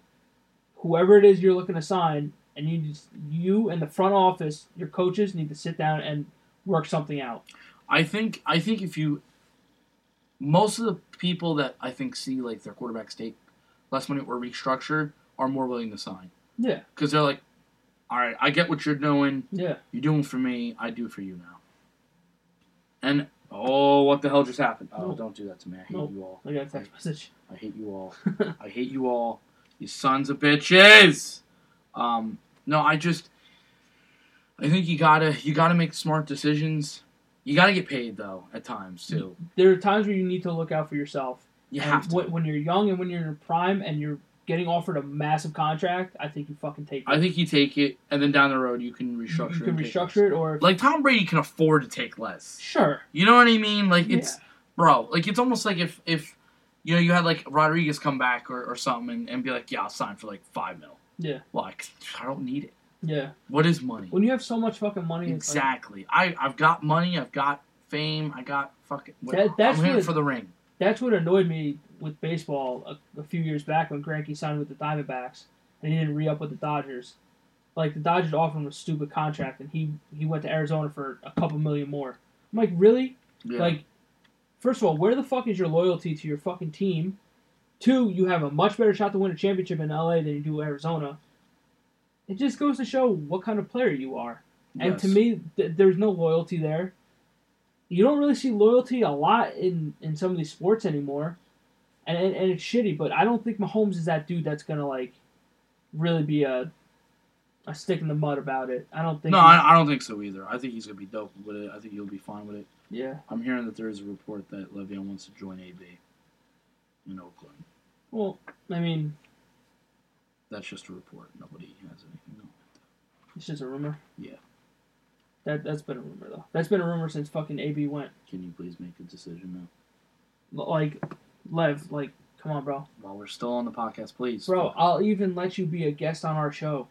whoever it is you're looking to sign, and you just you and the front office, your coaches need to sit down and work something out.
I think I think if you most of the people that I think see like their quarterbacks take less money or restructure are more willing to sign
Yeah.
because they're like, all right, I get what you're doing.
Yeah.
You're doing for me. I do for you now. And Oh, what the hell just happened? Oh, don't do that to me. I hate
Nope.
you all.
I got a text message.
I hate you all. [laughs] I hate you all. You sons of bitches. Um, no, I just, I think you gotta, you gotta make smart decisions. You gotta get paid though at times too.
There are times where you need to look out for yourself.
You
And
have to.
When, when you're young and when you're in your prime and you're getting offered a massive contract, I think you fucking take it.
I think you take it, and then down the road you can restructure.
you can
and take less.
restructure it or
Like Tom Brady can afford to take less.
sure.
You know what I mean? Like it's bro, like it's almost like if if you know you had like Rodriguez come back or, or something and, and be like, Yeah, I'll sign for like five mil.
Yeah.
Like I don't need it.
Yeah.
What is money?
When you have so much fucking money, it's like-
Exactly. I I've got money, I've got fame, I got fucking
That- that's
I'm here
what-
for the ring.
that's what annoyed me with baseball a, a few years back when Granke signed with the Diamondbacks and he didn't re up with the Dodgers. Like the Dodgers offered him a stupid contract and he he went to Arizona for a couple million more. I'm like, really?
Yeah.
Like, first of all, where the fuck is your loyalty to your fucking team? Two, you have a much better shot to win a championship in LA than you do Arizona. It just goes to show what kind of player you are. And to
Yes.
me, th- there's no loyalty there. You don't really see loyalty a lot in, in some of these sports anymore. And, and, and it's shitty, but I don't think Mahomes is that dude that's going to, like, really be a, a stick in the mud about it. I don't think.
No,
he-
I, I don't think so either. I think he's gonna be dope with it. I think he'll be fine with it.
yeah.
I'm hearing that there is a report that Le'Veon wants to join A B in Oakland.
Well, I mean,
That's just a report. Nobody has anything. No.
it's just a rumor.
Yeah.
That, that's been a rumor, though. That's been a rumor since fucking AB went.
Can you please make a decision now?
L- Like, Lev, like, come on, bro.
While we're still on the podcast, please.
Bro, I'll even let you be a guest on our show.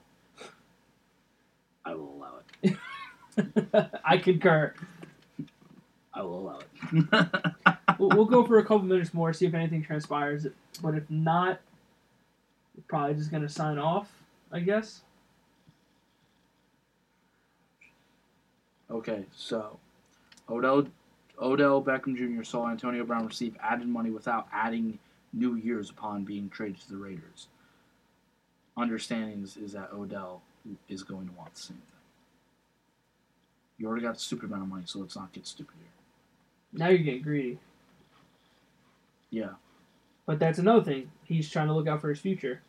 [laughs]
I will allow it.
I concur.
I will allow it. [laughs]
We'll, we'll go for a couple minutes more, see if anything transpires. But if not, we're probably just going to sign off, I guess.
okay, so Odell Odell Beckham Jr. saw Antonio Brown receive added money without adding new years upon being traded to the Raiders. Understanding is, is that Odell is going to want the same thing. You already got a stupid amount of money, so let's not get stupid here.
Now you're getting greedy.
Yeah.
But that's another thing. He's trying to look out for his future.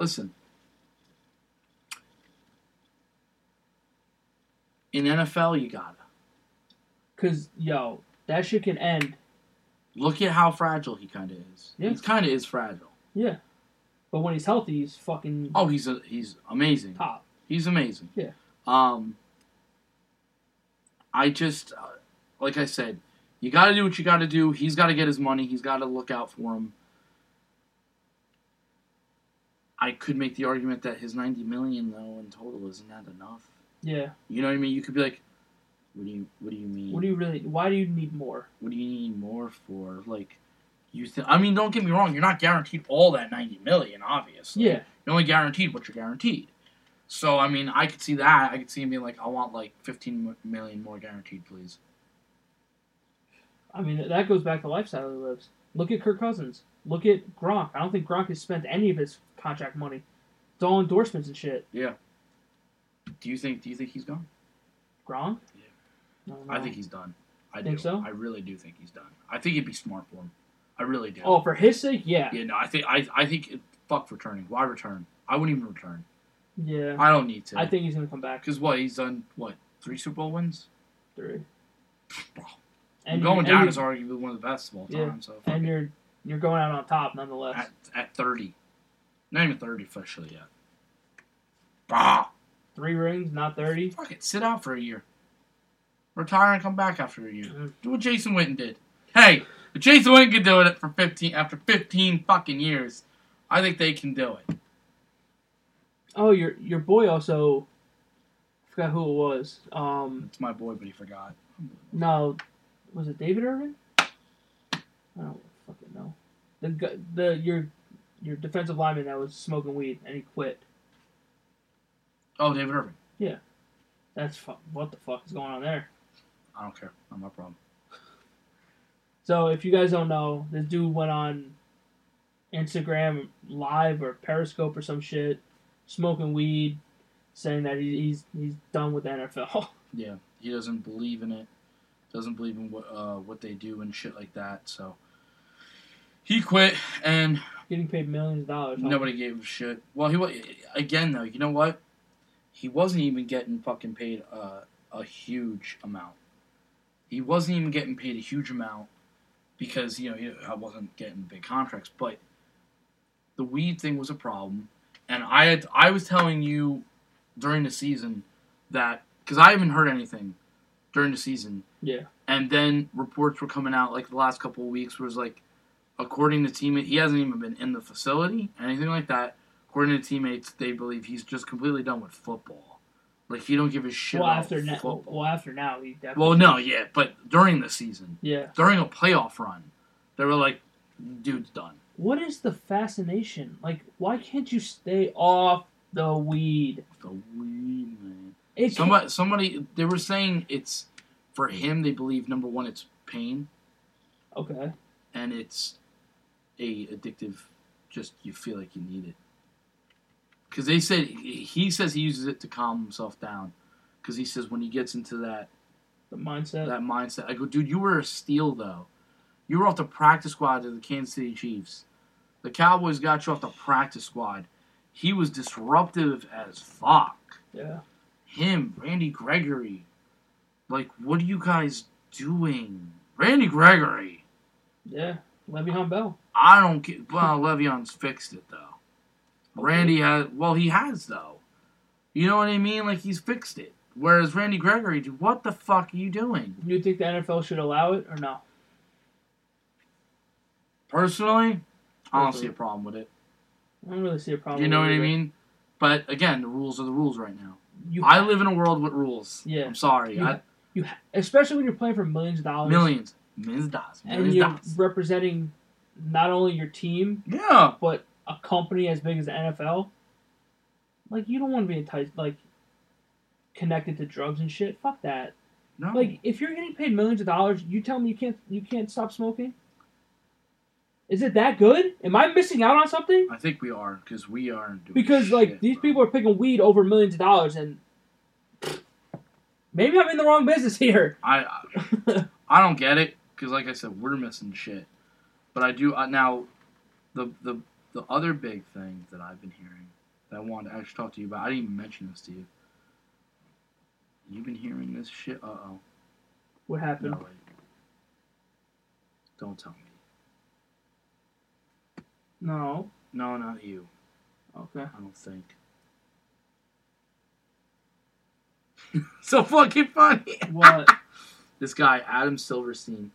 Listen. In NFL, you gotta.
Because, yo, that shit can end.
Look at how fragile he kind of is.
Yeah.
He kind of is fragile.
Yeah. But when he's healthy, he's fucking
Oh, he's a, he's amazing.
top.
He's amazing.
Yeah.
Um. I just, uh, like I said, you got to do what you got to do. He's got to get his money. He's got to look out for him. I could make the argument that his ninety million though in total isn't that enough.
Yeah.
You know what I mean? You could be like, what do you what do you mean?
What do you really. Why do you need more?
what do you need more for? Like, you think? I mean, don't get me wrong. You're not guaranteed all that ninety million, obviously.
Yeah.
You're only guaranteed what you're guaranteed. So I mean, I could see that. I could see him being like, I want like fifteen mo- million more guaranteed, please.
I mean, that goes back to lifestyle he lives. Look at Kirk Cousins. Look at Gronk. I don't think Gronk has spent any of his contract money. It's all endorsements and shit.
Yeah. Do you think? Do you think he's gone?
Gronk?
Yeah.
No,
I think he's done. I
Think
do.
so?
I really do think he's done. I think it'd be smart for him. I really do.
Oh, for his sake, yeah.
Yeah. No, I think I I think it, fuck returning. Why return? I wouldn't even return.
Yeah.
I don't need to.
I think he's gonna come back.
because what he's done what three Super Bowl wins.
Three.
Bro.
And
going
and
down
you're-
is arguably one of the best of all time.
Yeah.
So fuck
And
it.
you're you're going out on top, nonetheless.
at, at thirty, not even thirty officially yet. Bah,
Three rings, not thirty.
fuck it. Sit out for a year, retire and come back after a year. Do what Jason Witten did. Hey, if Jason Witten could do it for fifteen after fifteen fucking years, I think they can do it.
Oh, your your boy also. I forgot who it was. Um,
It's my boy, but he forgot.
no, was it David Irvin? I don't fucking know. The gu- the your your defensive lineman that was smoking weed and he quit.
Oh, David Irving.
That's fu- what the fuck is going on there.
I don't care. Not my problem.
So if you guys don't know, this dude went on Instagram live or Periscope or some shit, smoking weed, saying that he, he's he's done with the NFL.
Yeah, he doesn't believe in it. doesn't believe in what uh, what they do and shit like that. So he quit, and
[laughs] Getting paid millions of dollars. huh?
nobody gave a shit. Well, he wa- again though. You know what? He wasn't even getting fucking paid a, a huge amount. He wasn't even getting paid a huge amount because you know he, I wasn't getting big contracts. But the weed thing was a problem, and I had, I was telling you during the season that because I haven't heard anything during the season
Yeah.
and then reports were coming out like the last couple of weeks was like according to teammates he hasn't even been in the facility anything like that according to teammates they believe he's just completely done with football like he don't give a shit
Well
about
after, na-
football
well, after now, he definitely.
well no yeah but during the season
Yeah.
during a playoff run they were like dude's done
What is the fascination? Like, why can't you stay off the weed?
the weed man
It can't-
somebody somebody they were saying it's for him they believe number one it's pain
Okay.
and it's a addictive. Just you feel like you need it. Because they said he says he uses it to calm himself down. Because he says when he gets into that
The mindset.
that mindset, I go, dude, you were a steal though. You were off the practice squad of the Kansas City Chiefs. The Cowboys got you off the practice squad. He was disruptive as fuck.
Yeah.
Him, Randy Gregory. Like, what are you guys doing? Randy Gregory.
Yeah. Le'Veon Bell.
I don't get. Well, Le'Veon's fixed it though. Randy has. Well, he has though. You know what I mean? Like he's fixed it. Whereas Randy Gregory, dude, what the fuck are you doing?
You think the NFL should allow it or no?
Personally, I don't see
Personally.
a problem with it.
I don't really see a problem.
You know what
with
I
it.
mean? But again, the rules are the rules right now.
You,
I live in a world with rules.
Yeah.
I'm sorry.
You-
I,
you, especially when you're playing for millions of dollars,
millions, millions of dollars,
and
millions of
you're
dollars.
representing not only your team
Yeah.
but a company as big as the NFL. Like you don't want to be enticed, like connected to drugs and shit. Fuck that.
No.
Like if you're getting paid millions of dollars, you tell me you can't you can't stop smoking. Is it that good? Am I missing out on something?
I think we are because we aren't doing.
Because like
shit,
these
bro.
people are picking weed over millions of dollars, and maybe I'm in the wrong business [laughs] here.
I I- I don't get it because, like I said, we're missing shit. But I do uh, now. The the the other big thing that I've been hearing that I wanted to actually talk to you about. I didn't even mention this to you. You've been hearing this shit. Uh oh.
What happened?
No wait. Don't tell me.
No.
No, not you.
Okay.
I don't think. [laughs] so fucking funny.
[laughs] What?
this guy Adam Silverstein,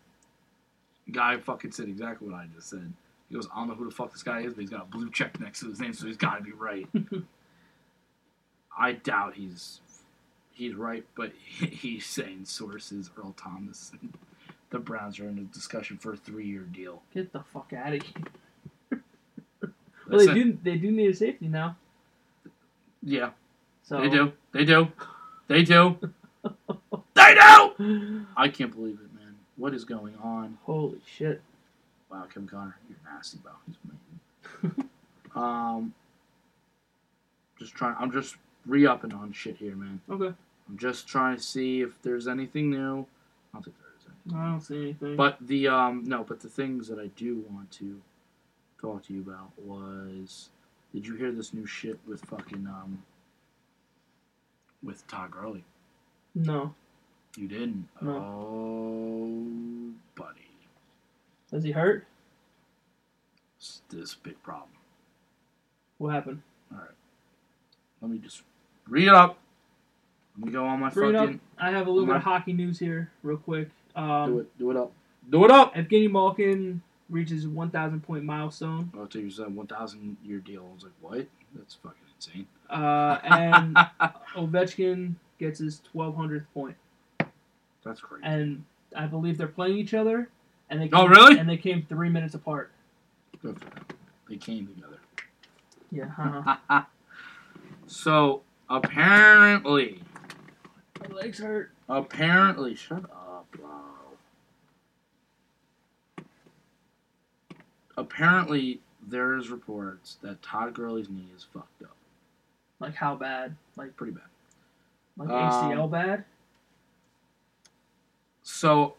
guy fucking said exactly what I just said. He goes, I don't know who the fuck this guy is, but he's got a blue check next to his name, so he's got to be
[laughs]
right. I doubt he's he's right, but [laughs] he's saying sources Earl Thomas. And the Browns are in a discussion for a three-year deal.
Get the fuck out of here. Well,
That's
they
it.
do. They do need a safety now.
Yeah,
So
they do. They do. They do.
[laughs]
they do.
do.
I can't believe it, man. What is going on?
[gasps] Holy shit.
Wow, Kim Connor, you're nasty, bro. He's amazing. um, just trying. I'm just re-upping on shit here, man.
Okay.
I'm just trying to see if there's anything new. I don't think there is any.
I don't see anything.
But the um, no, but the things that I do want to talk to you about was, did you hear this new shit with fucking um, with Todd Gurley?
no.
You didn't.
No.
Oh, buddy,
Does he hurt?
this this big problem.
What happened?
Let me just read it up. Let me go on my
Bring it up.
fucking
I have a little bit
my-
of hockey news here, real quick. Um,
do it do it up. Do it up.
Evgeny Malkin reaches 1,000 point milestone.
I'll tell Oh, you something, one thousand year deal. I was like, what? That's fucking insane.
Uh, and Ovechkin gets his 1200th point.
[laughs] That's crazy.
And I believe they're playing each other. And they came,
Oh, really?
And they came three minutes apart.
Good for them. They came together.
[laughs] Yeah. uh-huh. huh
Uh-huh. [laughs] So apparently,
My legs hurt.
apparently, shut up, bro. Apparently, there's reports that Todd Gurley's knee is fucked up,
Like how bad? Like
Um, pretty bad.
like
Um,
ACL bad?
So,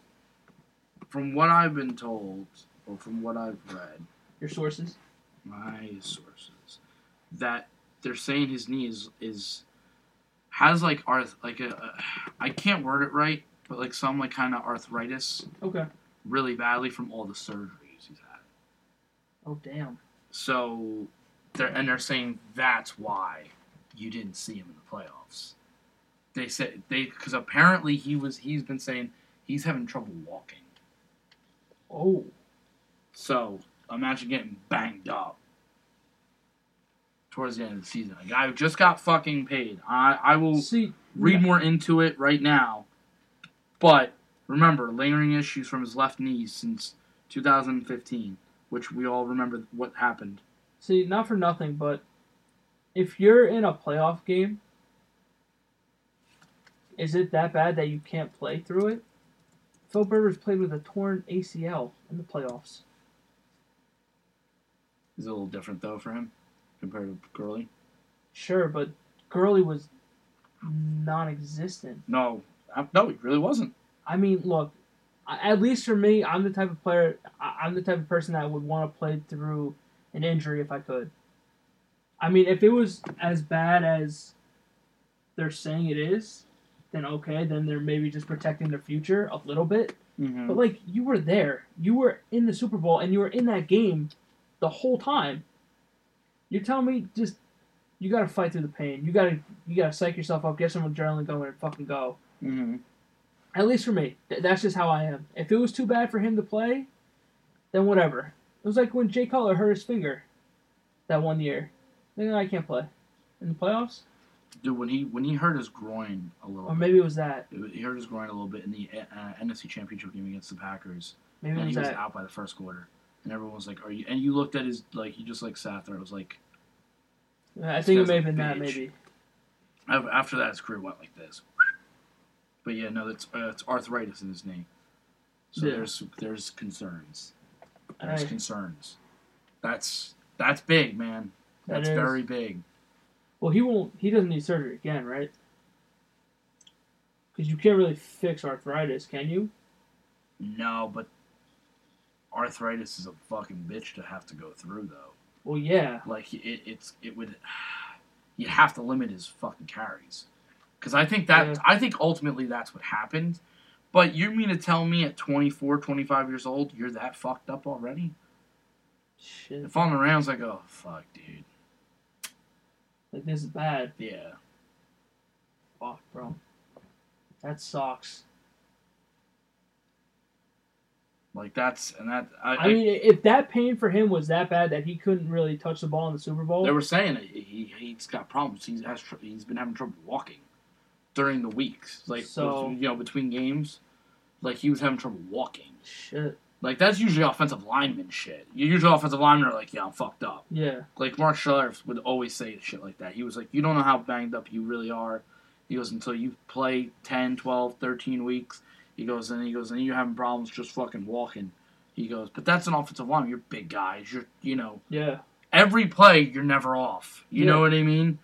from what I've been told, or from what I've read,
Your sources?
my sources, that they're saying his knee is, is has like arth like a, a I can't word it right, but like some like kind of arthritis
Okay.
really badly from all the surgeries he's had.
Oh damn.
So, they're and they're saying that's why you didn't see him in the playoffs. They said they because apparently he was he's been saying he's having trouble walking.
Oh.
So imagine getting banged up towards the end of the season. A guy who just got fucking paid. I I will
See,
read more into it right now, but remember lingering issues from his left knee since 2015, which we all remember what happened.
See, not for nothing, but if you're in a playoff game, is it that bad that you can't play through it? Phil Rivers played with a torn ACL in the playoffs.
Is a little different though for him compared to Gurley.
Sure, but Gurley was non-existent.
No, I- no, he really wasn't.
I mean, look, I- at least for me, I'm the type of player, I- I'm the type of person that would want to play through an injury if I could. I mean, if it was as bad as they're saying it is, then okay, then they're maybe just protecting their future a little bit.
Mm-hmm.
But like, you were there, you were in the Super Bowl, and you were in that game the whole time. You're telling me just you got to fight through the pain. You got to you got to psych yourself up, get some adrenaline going, and fucking go.
Mm-hmm.
At least for me, Th- that's just how I am. If it was too bad for him to play, then whatever. It was like when Jay Cutler hurt his finger that one year. Then I can't play in the playoffs,
Dude, when he when he hurt his groin a little,
or
bit,
maybe it was that.
It- He hurt his groin a little bit in the uh, NFC Championship game against the Packers,
Maybe it
and
was
he was
that.
out by the first quarter. And everyone was like, "Are you?" And you looked at his like he just like sat there. It was like
I think it
This
may
guy's a
have been that.
bitch.
Maybe.
af- after that, his career went like this. But yeah, no, that's uh, it's arthritis in his knee. So
Yeah.
there's there's concerns. There's
Alright.
concerns. That's that's big, man.
That
That's
is-
very big.
Well, he won't. He doesn't need surgery again, right? Because you can't really fix arthritis, can you?
No, but arthritis is a fucking bitch to have to go through though.
Well, yeah.
like it, it's it would [sighs] you have to limit his fucking carries because i think that
Yeah.
i think ultimately that's what happened but you mean to tell me at 24 25 years old you're that fucked up already
Shit.
if on the rounds i go "Oh, fuck dude
Like this is bad.
yeah
Fuck, bro. That sucks.
like that's and that i,
I mean, if that pain for him was that bad that he couldn't really touch the ball in the Super Bowl,
they were saying it, he, he's got problems he's has, tr- he's been having trouble walking during the weeks like
So-
you know between games like he was having trouble walking
shit.
like that's usually offensive lineman shit. Your usual offensive linemen are like, yeah, I'm fucked up.
Yeah.
like Mark Schiller would always say shit like that. He was like, you don't know how banged up you really are. He goes, until you play 10, 12, 13 weeks. He goes, and he goes, and you're having problems just fucking walking. He goes, but that's an offensive line. You're big guys. You're, you know,
Yeah.
every play, you're never off. You know
Yeah.
what I mean?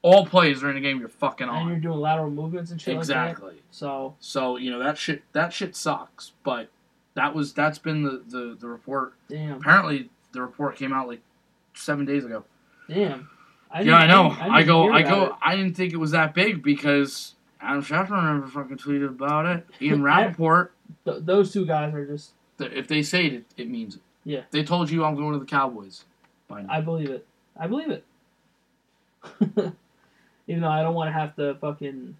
All plays during the game, you're fucking
And you're
on.
doing lateral movements and shit like that.
exactly.
So
So, you know, that shit, that shit sucks. But that was, that's been the, the, the report.
damn,
Apparently, the report came out like seven days ago.
damn. I
yeah, I
didn't-
know.
didn't-
I,
didn't
go,
hear
I
about
go. I didn't think it was that big because Adam Schefter never fucking tweeted about
[laughs]
it. Ian
I-
Rappaport,
it. Th- those two guys are just.
th- if they say it, it means it.
Yeah.
They told you I'm going to the Cowboys. By now.
I believe it. I believe it. [laughs] Even though I don't want to have to fucking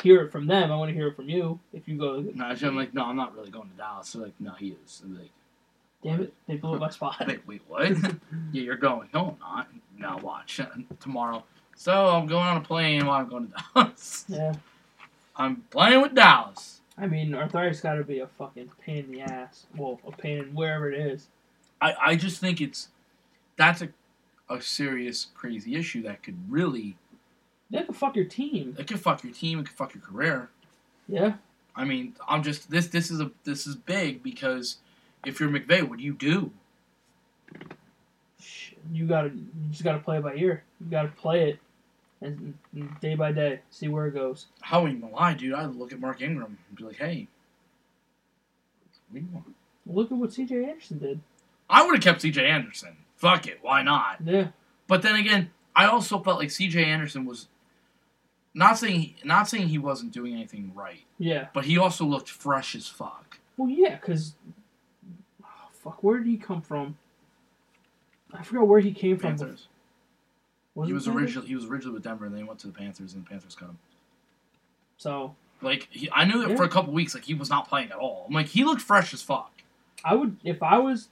hear it from them, I want to hear it from you. If you go,
And I, am like, no, I'm not really going to Dallas. They're like, no, he is. I'm like,
damn it, they blew up my spot.
I'm [laughs]
[laughs]
like, wait, what? yeah, you're going. No, I'm not. Now watch [laughs] tomorrow. So I'm going on a plane while I'm going to [laughs] Dallas.
yeah.
I'm playing with Dallas.
I mean, arthritis got to be a fucking pain in the ass. Well, a pain in wherever it is.
I, I just think it's that's a a serious crazy issue that could really
That could fuck your team.
it could fuck your team. It could fuck your career.
Yeah.
I mean, I'm just this. This is a this is big because if you're McVay, what do you do?
Shit, you gotta you just gotta play it by ear. You gotta play it, and, and day by day, see where it goes.
How even lie, dude? I'd look at Mark Ingram and be like, "Hey, What do you want?
Look at what CJ Anderson did.
I would have kept CJ Anderson. Fuck it, why not?
Yeah.
But then again, I also felt like CJ Anderson was not saying he, not saying he wasn't doing anything right,
Yeah.
but he also looked fresh as fuck.
Well, yeah, because oh, fuck, where did he come from? I forgot where he came from.
Panthers.
Was
he
it
was
Panthers?
originally he was originally with Denver, and then he went to the Panthers, and the Panthers cut him.
So
Like he, I knew that for a couple weeks, like he was not playing at all. I'm like, he looked fresh as fuck.
I would, if I was,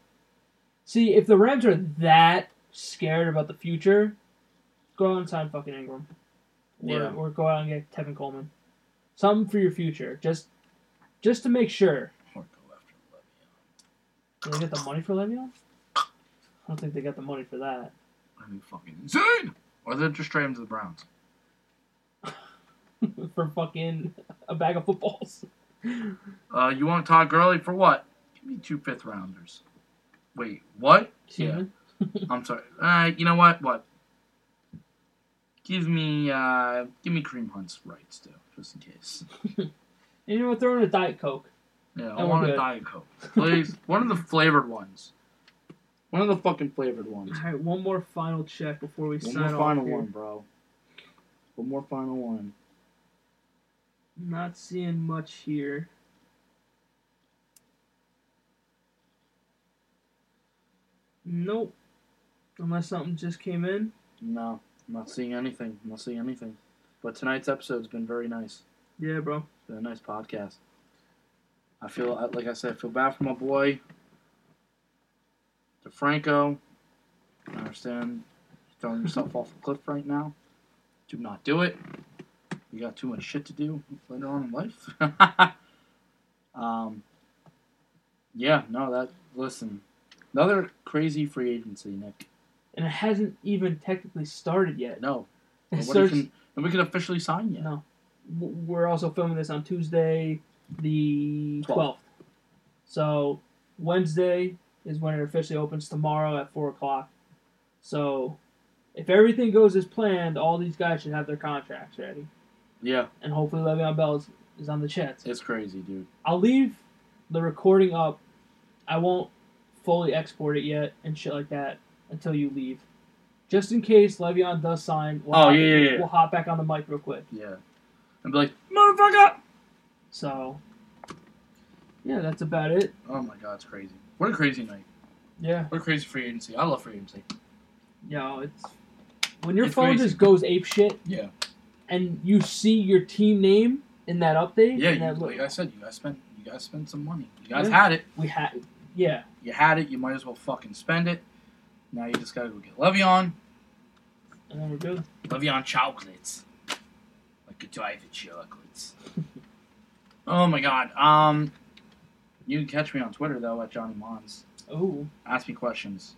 see, if the Rams are that scared about the future, go out and sign fucking Ingram, or,
Yeah.
or go out and get Tevin Coleman, something for your future, just, just to make sure.
Or go after
Do they get the money for Le'Veon? I don't think they got the money for that. [laughs]
That'd be fucking insane. Or they'll just trade him to the Browns.
for fucking a bag of footballs.
Uh, you want Todd Gurley for what? Give me two fifth rounders. Wait, [laughs] what?
Excuse
yeah,
me?
I'm sorry. Uh, you know what? What? Give me, uh, give me Cream Hunt's rights too, just in case.
And you know what? Throw in a Diet Coke.
Yeah, I
And we're
want a
good.
Diet Coke, please. one of the flavored ones. One of the fucking flavored ones.
All right, one more final check before we
One
sign
more
off.
final
here.
one, bro. One more final one.
Not seeing much here. Nope. Unless something just came in.
No, I'm not seeing anything. I'm not seeing anything. But tonight's episode's been very nice.
Yeah, bro.
It's been a nice podcast. I feel I- like I said, I feel bad for my boy DeFranco. I understand you're throwing yourself off a cliff right now. Do not do it. You got too much shit to do later on in life. [laughs] um, yeah, no, that listen, another crazy free agency, Nick.
And it hasn't even technically started yet.
No,
It
nobody
starts-
can nobody can officially sign yet.
No. w- we're also filming this on Tuesday, the
Twelfth.
12th. So Wednesday is when it officially opens tomorrow at 4 o'clock. So if everything goes as planned, all these guys should have their contracts ready.
Yeah,
And hopefully Le'Veon Bell is, is on the chats.
it's crazy, dude.
I'll leave the recording up. I won't fully export it yet and shit like that until you leave. Just in case Le'Veon does sign, we'll,
Oh,
hop,
yeah, yeah, yeah.
we'll hop back on the mic real quick.
Yeah, and be like, motherfucker.
So, yeah, that's about it.
Oh my god, it's crazy. What a crazy night.
Yeah,
What a crazy free agency. I love free agency.
yo, it's when your
It's
phone
crazy.
just goes ape shit
Yeah.
and you see your team name in that update.
Yeah, you,
and that
like
look,
I said, you guys spent you guys spent some money. You guys
Yeah.
had it.
we had, yeah,
You had it. You might as well fucking spend it. Now you just gotta go get Le'Veon.
and then we're good.
Le'Veon chocolates. Like a diet
[laughs]
chocolates. oh my god. Um you can catch me on Twitter though at Johnny Mons.
Oh,
ask me questions.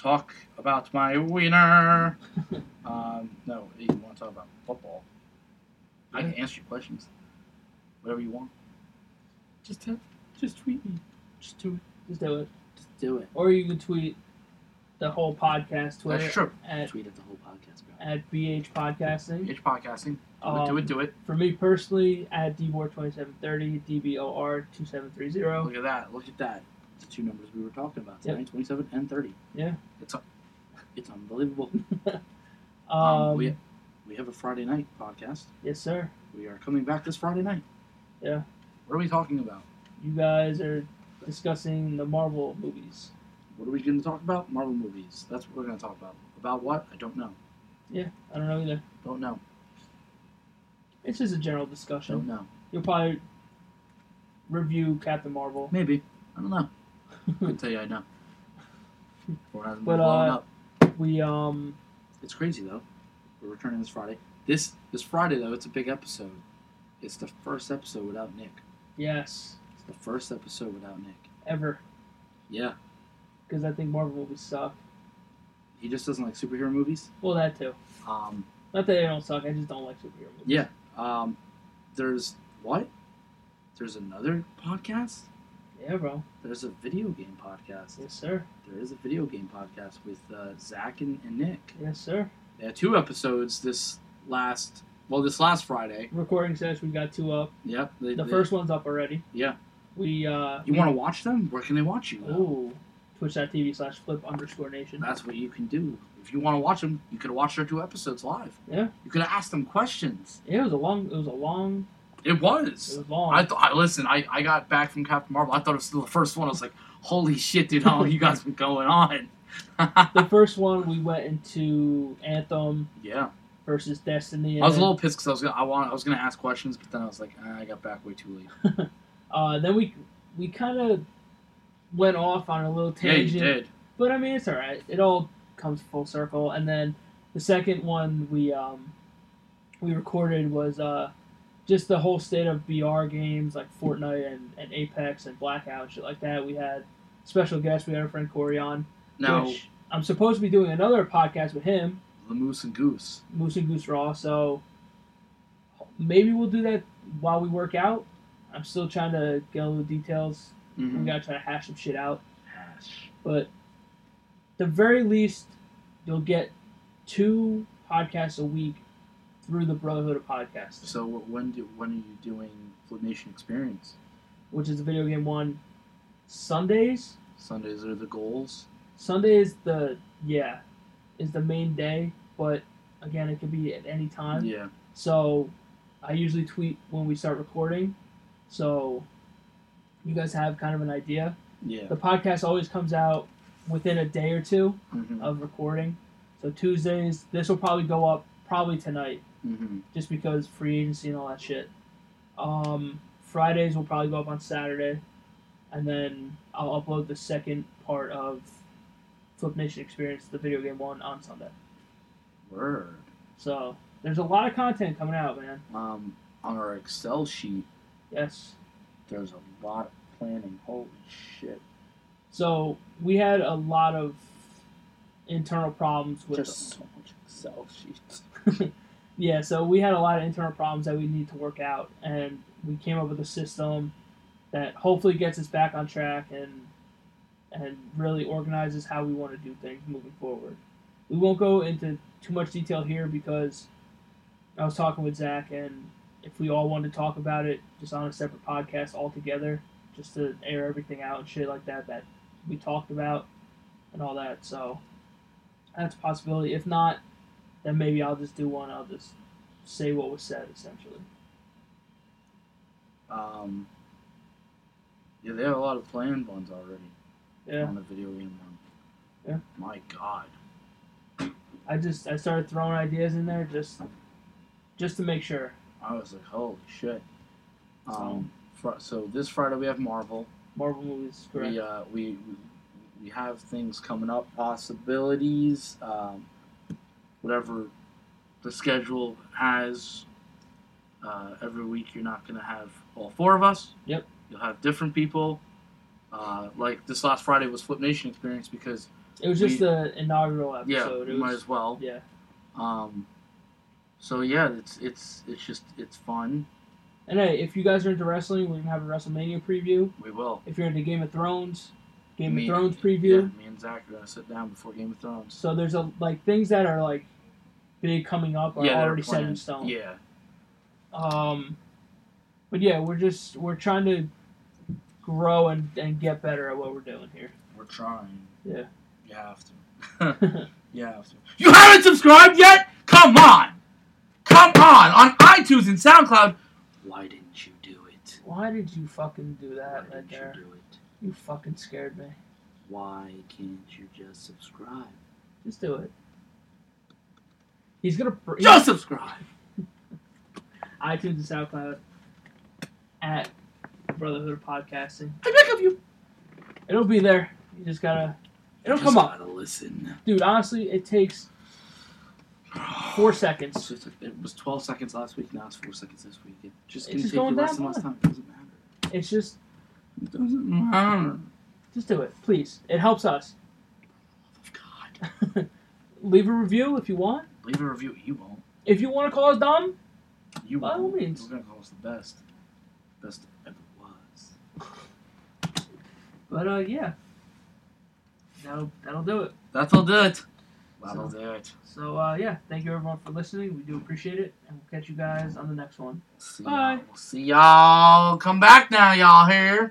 Talk about my [laughs] wiener. um, no, you want to talk about football? I can answer your questions. Whatever you want. Just tell, just tweet me. Just do it.
just do it.
Just do it.
Or you can tweet the whole podcast Twitter
That's true.
at
Tweet at the whole podcast, bro.
at BH Podcasting.
Itch podcasting. Do it. Do
Um,
it. Do it.
For me personally, at DBOR2730, DBOR2730.
Look at that. Look at that. The two numbers we were talking about
Yep.
tonight: twenty-seven and thirty.
Yeah.
It's un- it's unbelievable.
Um,
um, we we have a Friday night podcast.
yes, sir.
We are coming back this Friday night.
Yeah.
What are we talking about?
You guys are discussing the Marvel movies.
What are we going to talk about? Marvel movies. That's what we're going to talk about. About what? I don't know.
I don't know either.
Don't know.
It's just a general discussion.
Don't know.
You'll probably review
[laughs]
Captain Marvel.
Maybe. I don't know. I could tell you I know. Or hasn't been
Hmm. But,
blown
uh,
up.
We um
It's crazy though. We're returning this Friday. This this Friday though, it's a big episode. It's the first episode without Nick.
yes
It's the first episode without Nick.
ever
Yeah.
because I think Marvel movies suck.
He just doesn't like superhero movies.
Well, that too.
Um.
Not that they don't suck. I just don't like superhero movies.
Yeah. Um. There's what? There's another podcast.
Yeah, bro.
There's a video game podcast.
Yes, sir.
There is a video game podcast with uh, Zach and, and Nick.
Yes, sir.
They had two episodes this last, well, this last Friday.
Recording session. We got two up.
Yep. They,
The
they-
first one's up already.
Yeah.
We uh,
You want to watch them? Where can they watch you?
Ooh, twitch.tv slash flip underscore nation.
That's what you can do. If you want to watch them, you could watch their two episodes live.
Yeah.
You could ask them questions.
It was a long. It was a long.
It
It
was.
was long.
I, th- I listen. I, I got back from Captain Marvel. I thought it was the first one. I was like, "Holy shit, dude! How long you guys been going on?" [laughs]
the first one we went into Anthem
yeah,
versus Destiny. And
I was a
then,
little pissed because I was gonna, I want I was gonna ask questions, but then I was like, ah, I got back way too late.
Uh, then we we kind of went off on a little
Yeah,
tangent.
you did.
But I mean, it's all right. It all comes full circle. And then the second one we um we recorded was uh just the whole state of BR games like Fortnite and, and Apex and Blackout and shit like that. We had special guests. We had our friend Corey on.
Now
which I'm supposed to be doing another podcast with him,
the Moose and Goose.
Moose and Goose Raw. So maybe we'll do that while we work out. I'm still trying to get all the details.
Mhm.
We gotta try to hash some shit out.
Hash.
But the very least, you'll get two podcasts a week through the Brotherhood of Podcasts,
So wh- when do when are you doing Flip Nation Experience?
which is the video game one. Sundays,
Sundays are the goals.
Sunday is the yeah, is the main day. But again, it could be at any time.
Yeah.
So I usually tweet when we start recording. So you guys have kind of an idea.
Yeah.
The podcast always comes out within a day or two
Mm-hmm.
of recording. So Tuesdays, this will probably go up probably tonight
Mm-hmm.
just because free agency and all that shit. Um, Fridays will probably go up on Saturday, and then I'll upload the second part of Flip Nation Experience, the video game one, on Sunday.
Word.
So there's a lot of content coming out, man.
Um, on our Excel sheet,
Yes.
there's a lot of planning. Holy shit.
So we had a lot of internal problems with
so much Excel sheets.
yeah. So we had a lot of internal problems that we need to work out, and we came up with a system that hopefully gets us back on track and and really organizes how we want to do things moving forward. We won't go into too much detail here because I was talking with Zach, and if we all wanted to talk about it just on a separate podcast altogether, just to air everything out and shit like that that we talked about and all that. So that's a possibility. If not, then maybe I'll just do one. I'll just say what was said essentially.
Um, yeah, they have a lot of planned ones already
Yeah.
on the video game one.
Yeah.
My God.
I just I started throwing ideas in there just just to make sure.
I was like, holy shit. Um, fr- so this Friday we have Marvel.
Marvel movies, correct?
We, uh, we we we have things coming up, possibilities, um, whatever the schedule has. Uh, every week, you're not going to have all four of us.
Yep.
You'll have different people. Uh, like this last Friday was Flip Nation experience because
It was just
we-
the inaugural
yeah,
episode.
we
it
might
was,
as well.
yeah.
Um, so yeah, it's it's it's just it's fun.
And hey, if you guys are into wrestling, we're gonna have a WrestleMania preview.
We will.
If you're into Game of Thrones, Game
Me-
of Thrones preview.
Yeah, me and Zach are gonna sit down before Game of Thrones.
So there's a like things that are like big coming up are
yeah, they're
already set in
planned.
stone.
Yeah,
Um, but yeah, we're just we're trying to grow and, and get better at what we're doing here.
we're trying.
Yeah.
You have
[laughs]
to. you have to. You haven't subscribed yet? Come on! Come on! On iTunes and SoundCloud. Why didn't you do it?
Why did you fucking do
Why
that right
didn't
there?
you do it?
You fucking scared me.
Why can't you just subscribe?
Just do it. He's gonna br-
Just subscribe!
iTunes and SoundCloud at Brotherhood of Podcasting.
I beg of you.
It'll be there. You just gotta. It'll
Just
come up,
Gotta listen.
dude. Honestly, it takes four seconds.
It's just like- it was 12 seconds last week. Now it's four seconds this week. It just
It's
can
just
take you
going
less and
down
less
the
time. It doesn't matter.
It's just,
It doesn't matter.
just do it, please. It helps us.
God,
Leave a review if you want.
leave a review. You won't.
If you want to call us dumb,
You
By all
won't.
means.
We're gonna call us the best, best ever was.
but uh, yeah, that'll that'll do it.
That'll do it. That'll do it.
So uh, yeah, thank you everyone for listening. We do appreciate it, and we'll catch you guys on the next one.
See
Bye.
y'all. See y'all. Come back now, y'all here.